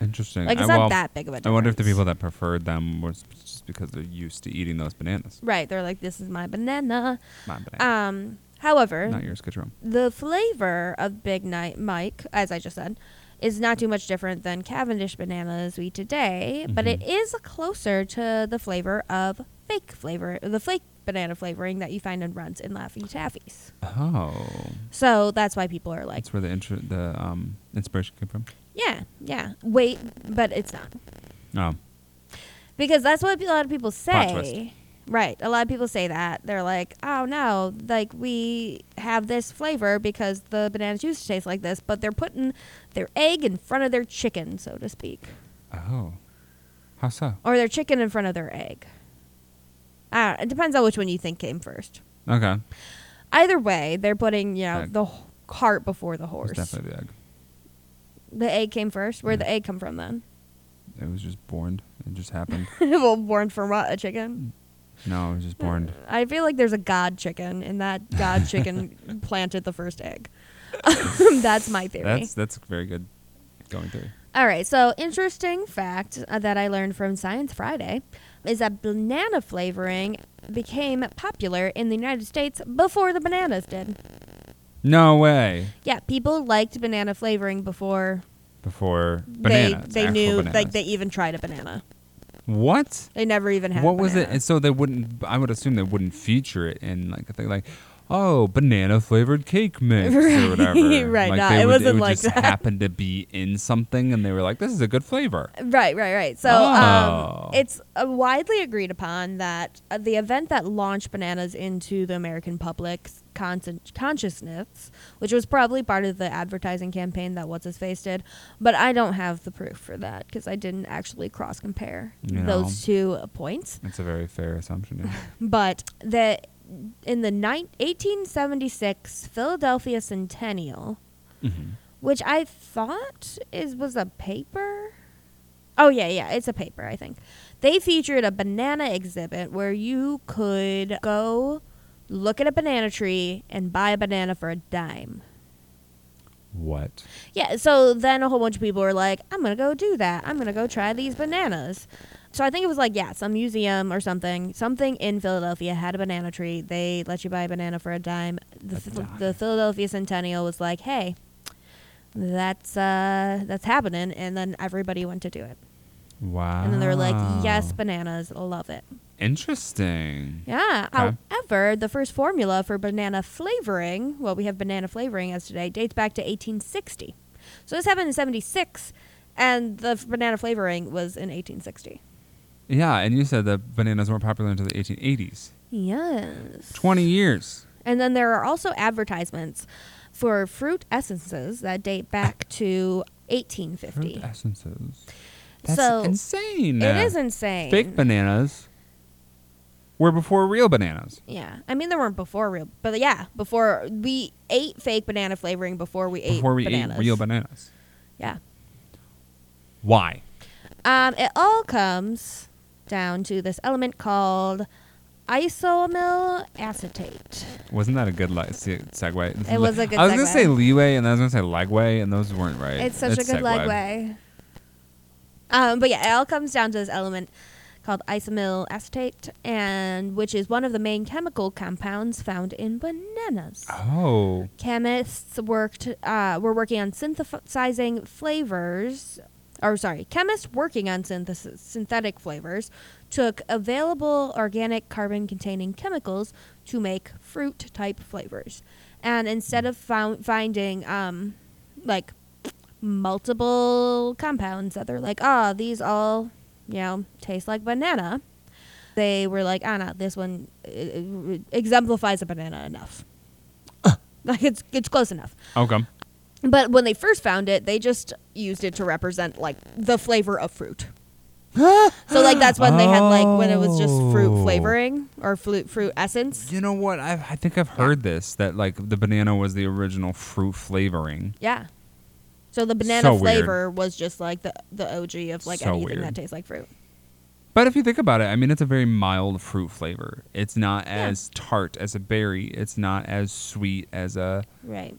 B: Interesting.
A: Like it's
B: I,
A: not
B: well,
A: that big of a difference.
B: I wonder if the people that preferred them was just because they're used to eating those bananas.
A: Right, they're like, This is my banana.
B: My banana.
A: Um however
B: not yours, Katrum.
A: the flavor of Big Night Mike, as I just said, is not too much different than Cavendish bananas we today, but it is closer to the flavor of fake flavor, the flake banana flavoring that you find in runs and Laffy Taffys.
B: Oh,
A: So that's why people are like,
B: that's where the intro, the um, inspiration came from.
A: yeah, yeah, wait, but it's not.
B: Oh,
A: Because that's what a lot of people
B: Plot twist.
A: say. Right. A lot of people say that. They're like, oh no, like we have this flavor because the bananas used to taste like this, but they're putting their egg in front of their chicken, so to speak.
B: oh, how so?
A: Or their chicken in front of their egg. I don't, it depends on which one you think came first.
B: Okay,
A: Either way, they're putting, you know,
B: Egg.
A: the h- cart before the
B: it's
A: horse.
B: definitely the egg.
A: The egg came first. Where'd
B: Yeah.
A: the egg come from then?
B: It was just born. It just happened.
A: well, born from what? A chicken?
B: Mm. no, it was just born.
A: I feel like there's a god chicken, and that god chicken planted the first egg. That's my theory.
B: That's that's very good going through.
A: All right, so interesting fact uh, that I learned from Science Friday is that banana flavoring became popular in the United States before the bananas did.
B: No way.
A: Yeah, people liked banana flavoring before
B: Before bananas,
A: they they
B: actual
A: knew like
B: bananas.
A: they even tried a banana.
B: what?
A: They never even had. a
B: What was it?
A: banana.
B: And so they wouldn't. I would assume they wouldn't feature it in like a thing like, oh, banana flavored cake mix or whatever.
A: Right,
B: Like
A: no,
B: they
A: it
B: would,
A: wasn't
B: would
A: like
B: just
A: that.
B: happened to be in something, and they were like, this is a good flavor.
A: Right, right, right. So um,
B: Oh.
A: it's uh, widely agreed upon that uh, the event that launched bananas into the American public's con- consciousness, which was probably part of the advertising campaign that What's His Face did, but I don't have the proof for that because I didn't actually cross compare
B: You
A: those two uh, points.
B: That's a very fair assumption. yeah.
A: But the in the ni- 1876 Philadelphia Centennial,
B: Mhm.
A: which I thought is was a paper. Oh yeah, yeah, it's a paper. I think they featured a banana exhibit where you could go look at a banana tree and buy a banana for a dime.
B: What?
A: Yeah, so then a whole bunch of people were like, "I'm gonna go do that. I'm gonna go try these bananas." So I think it was like, yeah, some museum or something. Something in Philadelphia had a banana tree. They let you buy a banana for a dime. The,
B: A
A: Phil-
B: dime.
A: the Philadelphia Centennial was like, "Hey, that's uh, that's happening," and then everybody went to do it.
B: Wow.
A: And then they were like,
B: Ah.
A: "Yes, bananas, love it."
B: Interesting.
A: Yeah.
B: Okay.
A: However, the first formula for banana flavoring, well, we have banana flavoring as today, dates back to 1860. So this happened in 76, and the f- banana flavoring was in 1860.
B: Yeah, and you said that bananas weren't popular until the 1880s.
A: Yes.
B: 20 years.
A: And then there are also advertisements for fruit essences that date back to
B: Fruit
A: 1850.
B: essences. That's
A: So,
B: insane.
A: It is insane.
B: Fake bananas were before real bananas.
A: Yeah. I mean, there weren't before real, but yeah, before we ate fake banana flavoring before we ate
B: before we
A: bananas.
B: ate real bananas.
A: Yeah.
B: Why?
A: Um, it all comes down to this element called isomyl acetate.
B: Wasn't that a good li- se- segue?
A: It was a good
B: I was gonna
A: segue.
B: say leeway, and I was gonna say legway, and those weren't right.
A: It's such a good
B: segue.
A: leg way. Um, but yeah, it all comes down to this element called isomyl acetate, and which is one of the main chemical compounds found in bananas.
B: Oh.
A: Chemists worked uh, were working on synthesizing flavors, or sorry, chemists working on synthesis, synthetic flavors took available organic carbon-containing chemicals to make fruit-type flavors, and instead of found, finding um, like multiple compounds that they're like, ah, these all you know taste like banana. They were like, ah, no, this one uh, uh, exemplifies a banana enough. Like it's it's close enough.
B: Okay.
A: But when they first found it, they just used it to represent like the flavor of fruit. so like that's when they had like when it was just fruit
B: Oh.
A: flavoring or fruit fruit essence.
B: You know what? I I think I've heard this that like the banana was the original fruit flavoring.
A: Yeah. So the banana
B: So weird.
A: flavor was just like the the OG of like
B: So
A: anything
B: weird.
A: that tastes like fruit.
B: But if you think about it, I mean, it's a very mild fruit flavor. It's not
A: Yeah.
B: as tart as a berry. It's not as sweet as a,
A: Right.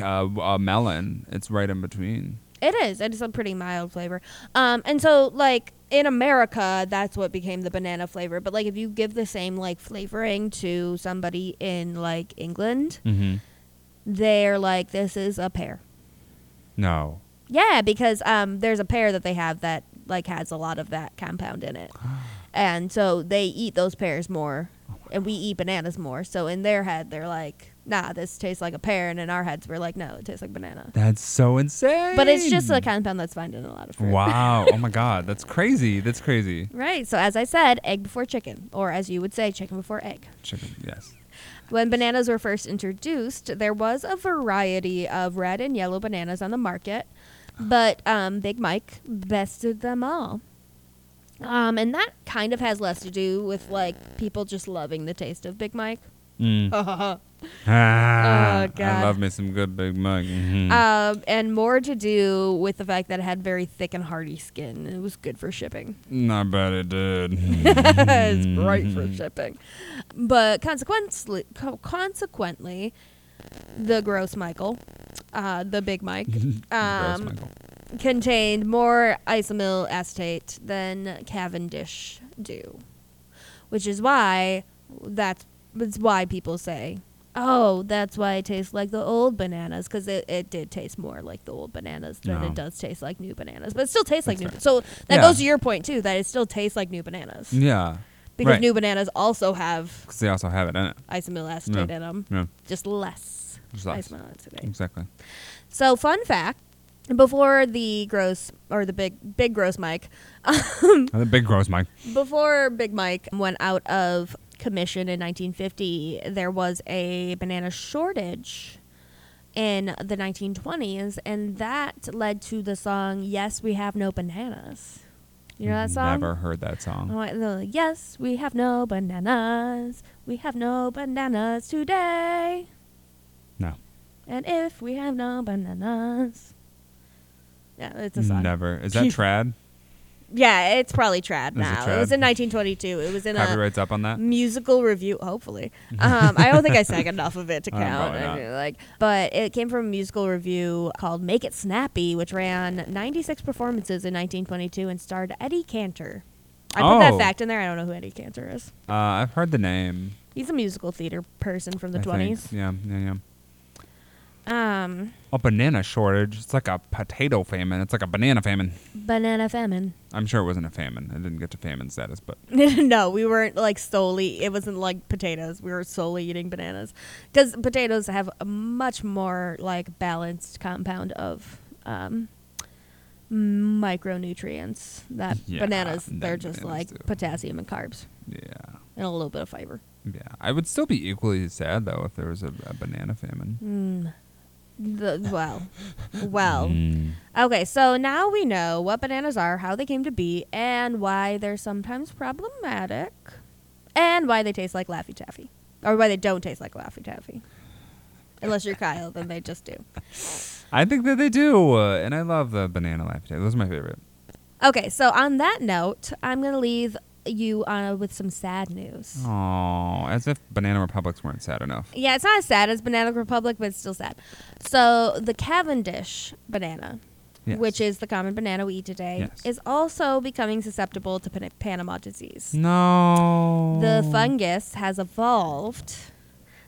B: uh, a melon. It's right in between.
A: It is. It is a pretty mild flavor. Um, and so like in America, that's what became the banana flavor. But like if you give the same like flavoring to somebody in like England,
B: Mm-hmm.
A: they're like, this is a pear.
B: No.
A: Yeah, because um, there's a pear that they have that like has a lot of that compound in it, and so they eat those pears more, and we eat bananas more. So in their head, they're like, "Nah, this tastes like a pear," and in our heads, we're like, "No, it tastes like banana."
B: That's so insane.
A: But it's just a compound that's found in a lot of fruit.
B: Wow. oh my God. That's crazy. That's crazy.
A: Right. So as I said, egg before chicken, or as you would say, chicken before egg.
B: Chicken. Yes.
A: When bananas were first introduced, there was a variety of red and yellow bananas on the market, but um, Big Mike bested them all. Um, and that kind of has less to do with like people just loving the taste of Big Mike.
B: Mm.
A: um,
B: Ah, I
A: Oh, God. Uh,
B: love me some good Big Mug. Mhm.
A: and more to do with the fact that it had very thick and hardy skin. It was good for shipping.
B: I bet it did.
A: it's great
B: Mm-hmm.
A: for shipping. But consequently, co- consequently, the gross Michael, uh, the Big Mike,
B: Gross,
A: um,
B: Michael.
A: contained more isomyl acetate than Cavendish do, which is why that's, that's why people say, oh, that's why it tastes like the old bananas because it, it did taste more like the old bananas than
B: No.
A: it does taste like new bananas, but it still tastes like
B: Oh. That's
A: new.
B: fair.
A: So that
B: Yeah.
A: goes to your point too that it still tastes like new bananas
B: Yeah.
A: because
B: Right.
A: new bananas also have
B: Because they also have it in it.
A: isomyl acetate
B: Yeah.
A: in them,
B: Yeah.
A: just less
B: Just less.
A: isomyl acetate.
B: Exactly.
A: So, fun fact: before the gross or the big big gross Mike, um,
B: Uh, the big gross Mike.
A: before Big Mike went out of commission in 1950, there was a banana shortage in the 1920s, and that led to the song "Yes, We Have No Bananas." You know that song?
B: Never heard that song.
A: Oh, I- they're like, yes, we have no bananas. We have no bananas today.
B: No.
A: And if we have no bananas. Yeah, it's a song.
B: Never. Is that trad?
A: Yeah, it's probably trad
B: Is it
A: now. It was
B: trad?
A: in 1922. It was in a
B: Copyrights up on
A: Mm.
B: that?
A: musical review, hopefully. Um, I don't think I sang enough of it to
B: Uh,
A: count.
B: probably
A: I
B: not.
A: mean, like, but it came from a musical review called Make It Snappy, which ran 96 performances in 1922 and starred Eddie Cantor. I put that
B: Oh.
A: fact in there. I don't know who Eddie Cantor is.
B: Uh, I've heard the name.
A: He's a musical theater person from the
B: I think.
A: twenties.
B: Yeah, yeah, yeah.
A: Um,
B: A banana shortage. It's like a potato famine. It's like a banana famine.
A: banana famine.
B: I'm sure it wasn't a famine. I didn't get to famine status, but
A: no, we weren't like solely. It wasn't like potatoes. We were solely eating bananas because potatoes have a much more like balanced compound of um, micronutrients. That
B: Yeah,
A: bananas, they're
B: than
A: just
B: bananas
A: like
B: do.
A: potassium and carbs
B: yeah.
A: and a little bit of fiber.
B: Yeah. I would still be equally sad, though, if there was a, a banana famine.
A: Mm. The, well, well.
B: Mm.
A: Okay, so now we know what bananas are, how they came to be, and why they're sometimes problematic, and why they taste like Laffy Taffy, or why they don't taste like Laffy Taffy. Unless you're Kyle, then they just do.
B: I think that they do, uh, and I love the banana latte. Those are my favorite.
A: Okay, so on that note, I'm gonna leave you uh, with some sad news.
B: Oh, as if Banana Republics weren't sad enough.
A: Yeah, it's not as sad as Banana Republic, but it's still sad. So the Cavendish banana
B: Yes.
A: which is the common banana we eat today,
B: Yes.
A: is also becoming susceptible to pan- Panama disease.
B: No.
A: The fungus has evolved,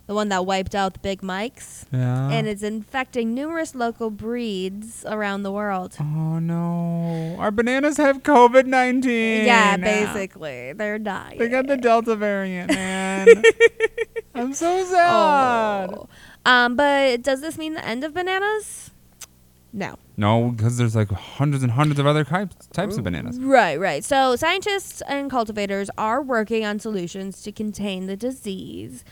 A: the one that wiped out the big mics,
B: Yeah.
A: and it's infecting numerous local breeds around the world.
B: Oh no. Our bananas have COVID 19.
A: Yeah, basically. They're dying.
B: They got the Delta variant, man. I'm so sad.
A: Oh. Um, but does this mean the end of bananas? No.
B: No, because there's like hundreds and hundreds of other types, types of bananas.
A: Right, right. So scientists and cultivators are working on solutions to contain the disease.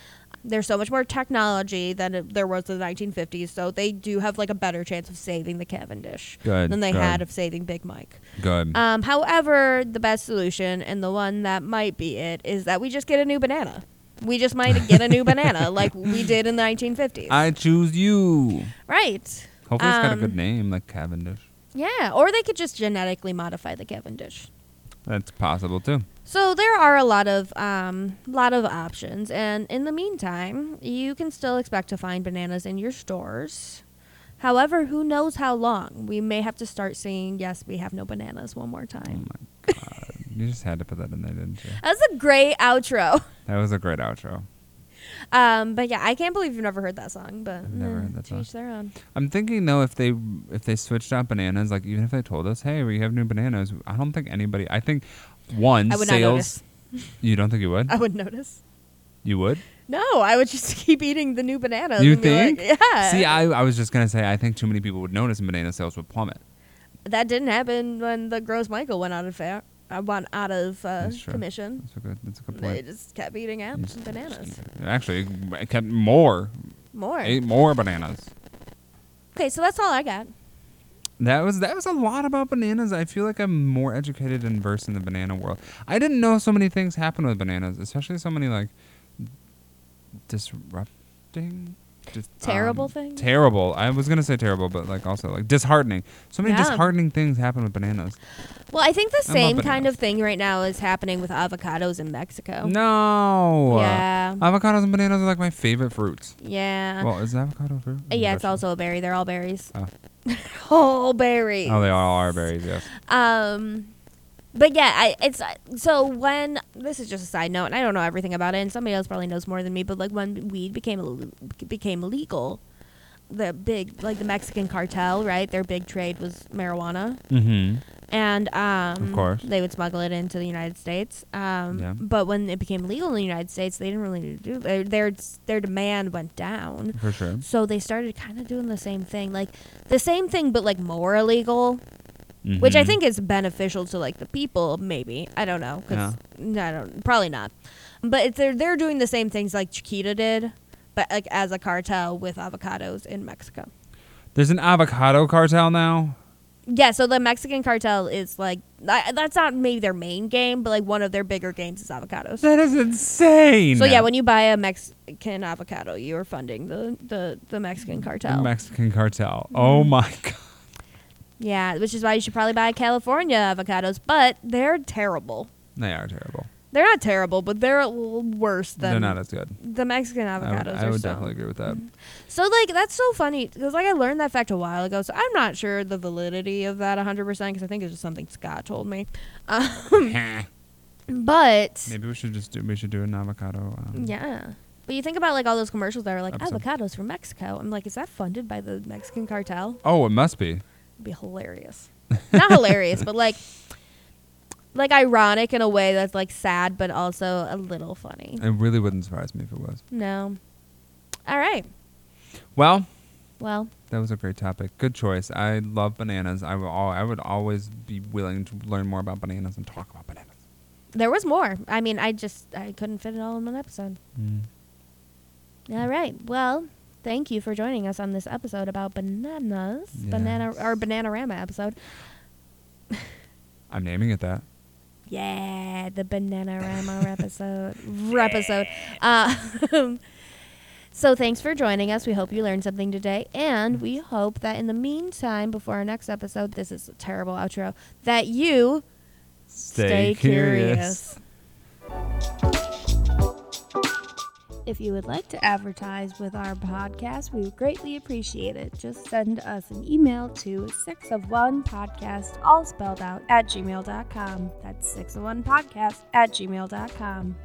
A: There's so much more technology than it- there was in the 1950s, so they do have like a better chance of saving the Cavendish
B: Good,
A: than they
B: good.
A: had of saving Big Mike.
B: Good.
A: Um, however, the best solution and the one that might be it is that we just get a new banana. We just might get a new banana like we did in the 1950s.
B: I choose you.
A: right.
B: Hopefully, it's got a
A: Um,
B: good name like Cavendish.
A: Yeah, or they could just genetically modify the Cavendish.
B: That's possible too.
A: So there are a lot of um, lot of options, and in the meantime, you can still expect to find bananas in your stores. However, who knows how long? We may have to start singing "Yes, we have no bananas" one more
B: Mm.
A: time.
B: Oh You just had to put that in there, didn't you?
A: That's a great outro.
B: That was a great outro.
A: Um, but yeah, I can't believe you've never heard that song. But
B: I've never
A: eh,
B: heard that
A: to
B: song.
A: Each their own.
B: I'm thinking though, if they if they switched out bananas, like even if they told us, hey, we have new bananas, I don't think anybody. I think one
A: I would not
B: sales.
A: notice.
B: You don't think you would?
A: I would notice.
B: you would?
A: No, I would just keep eating the new bananas.
B: You
A: and be like,
B: think?
A: yeah.
B: See, I, I was just gonna say I think too many people would notice and banana sales would plummet.
A: that didn't happen when the Gross Michael went out of fair. I went out of uh,
B: That's true.
A: commission.
B: That's a good. That's a good
A: They
B: point.
A: just kept eating apples and bananas.
B: Actually, I kept more.
A: More.
B: Ate more bananas.
A: Okay, so that's all I got.
B: That was that was a lot about bananas. I feel like I'm more educated and versed in the banana world. I didn't know so many things happen with bananas, especially so many like disrupting. dis-
A: Terrible
B: um,
A: things?
B: Terrible. I was gonna say terrible, but like also like disheartening. So many
A: Yeah.
B: disheartening things happen with bananas.
A: Well, I think the
B: love
A: same kind
B: bananas.
A: of thing right now is happening with avocados in Mexico. Oh.
B: No.
A: Yeah.
B: Avocados and bananas are like my favorite fruits.
A: Yeah.
B: Well, is avocado a fruit?
A: Uh, yeah, it's
B: Vegetable.
A: also a berry. They're all berries.
B: Oh.
A: all berries.
B: Oh, they all are berries. Yes.
A: Um, but yeah, I, it's uh, so when this is just a side note, and I don't know everything about it, and somebody else probably knows more than me. But like when weed became ill- became illegal, the big like the Mexican cartel, right? Their big trade was marijuana,
B: Mm-hmm.
A: and um,
B: Of course.
A: they would smuggle it into the United States. Um,
B: Yeah.
A: but when it became legal in the United States, they didn't really need to do their their, their demand went down.
B: For sure.
A: So they started kind of doing the same thing, like the same thing, but like more illegal which I
B: Mhm.
A: think is beneficial to like the people. Maybe I don't know. 'cause- no, I don't. Probably not. But it's, they're they're doing the same things like Chiquita did, but like as a cartel with avocados in Mexico.
B: There's an avocado cartel now.
A: Yeah, so the Mexican cartel is like I, that's not maybe their main game, but like one of their bigger games is avocados.
B: That is insane.
A: So yeah, when you buy a Mexican avocado, you are funding the the, the Mexican
B: the
A: cartel.
B: Mexican cartel. Oh
A: Mm-hmm.
B: my god.
A: yeah, which is why you should probably buy California avocados, but they're terrible.
B: They are terrible.
A: They're not terrible, but they're a little worse than
B: They're not as good.
A: the Mexican
B: I would,
A: avocados
B: I
A: are
B: would
A: so.
B: definitely agree with that.
A: So like that's so funny because like I learned that fact a while ago. So I'm not sure the validity of that 100 percent because I think it's just something Scott told me. Um, but
B: Maybe we should just do. We should do an avocado. Um,
A: yeah. But you think about like all those commercials that are like
B: Episode.
A: avocados from Mexico. I'm like, is that funded by the Mexican cartel?
B: Oh, it must be.
A: It'd be hilarious. Not hilarious, but like, like ironic in a way that's like sad, but also a little funny.
B: It really wouldn't surprise me if it was.
A: No. All right.
B: Well,
A: Well,
B: that was a great topic. Good choice. I love bananas. I will. All, I would always be willing to learn more about bananas and talk about bananas.
A: there was more. I mean, I just I couldn't fit it all in one episode. All right. Well, thank you for joining us on this episode about bananas, banana
B: Yes.
A: or bananarama episode.
B: I'm naming it that.
A: Yeah, the bananarama episode. Episode. Um, so thanks for joining us. We hope you learned something today, and we hope that in the meantime, before our next episode, this is a terrible outro, that you If you would like to advertise with our podcast, we would greatly appreciate it. Just send us an email to 6 of 1 podcast, all spelled out, at gmail.com. That's 6 of 1 podcast at gmail.com.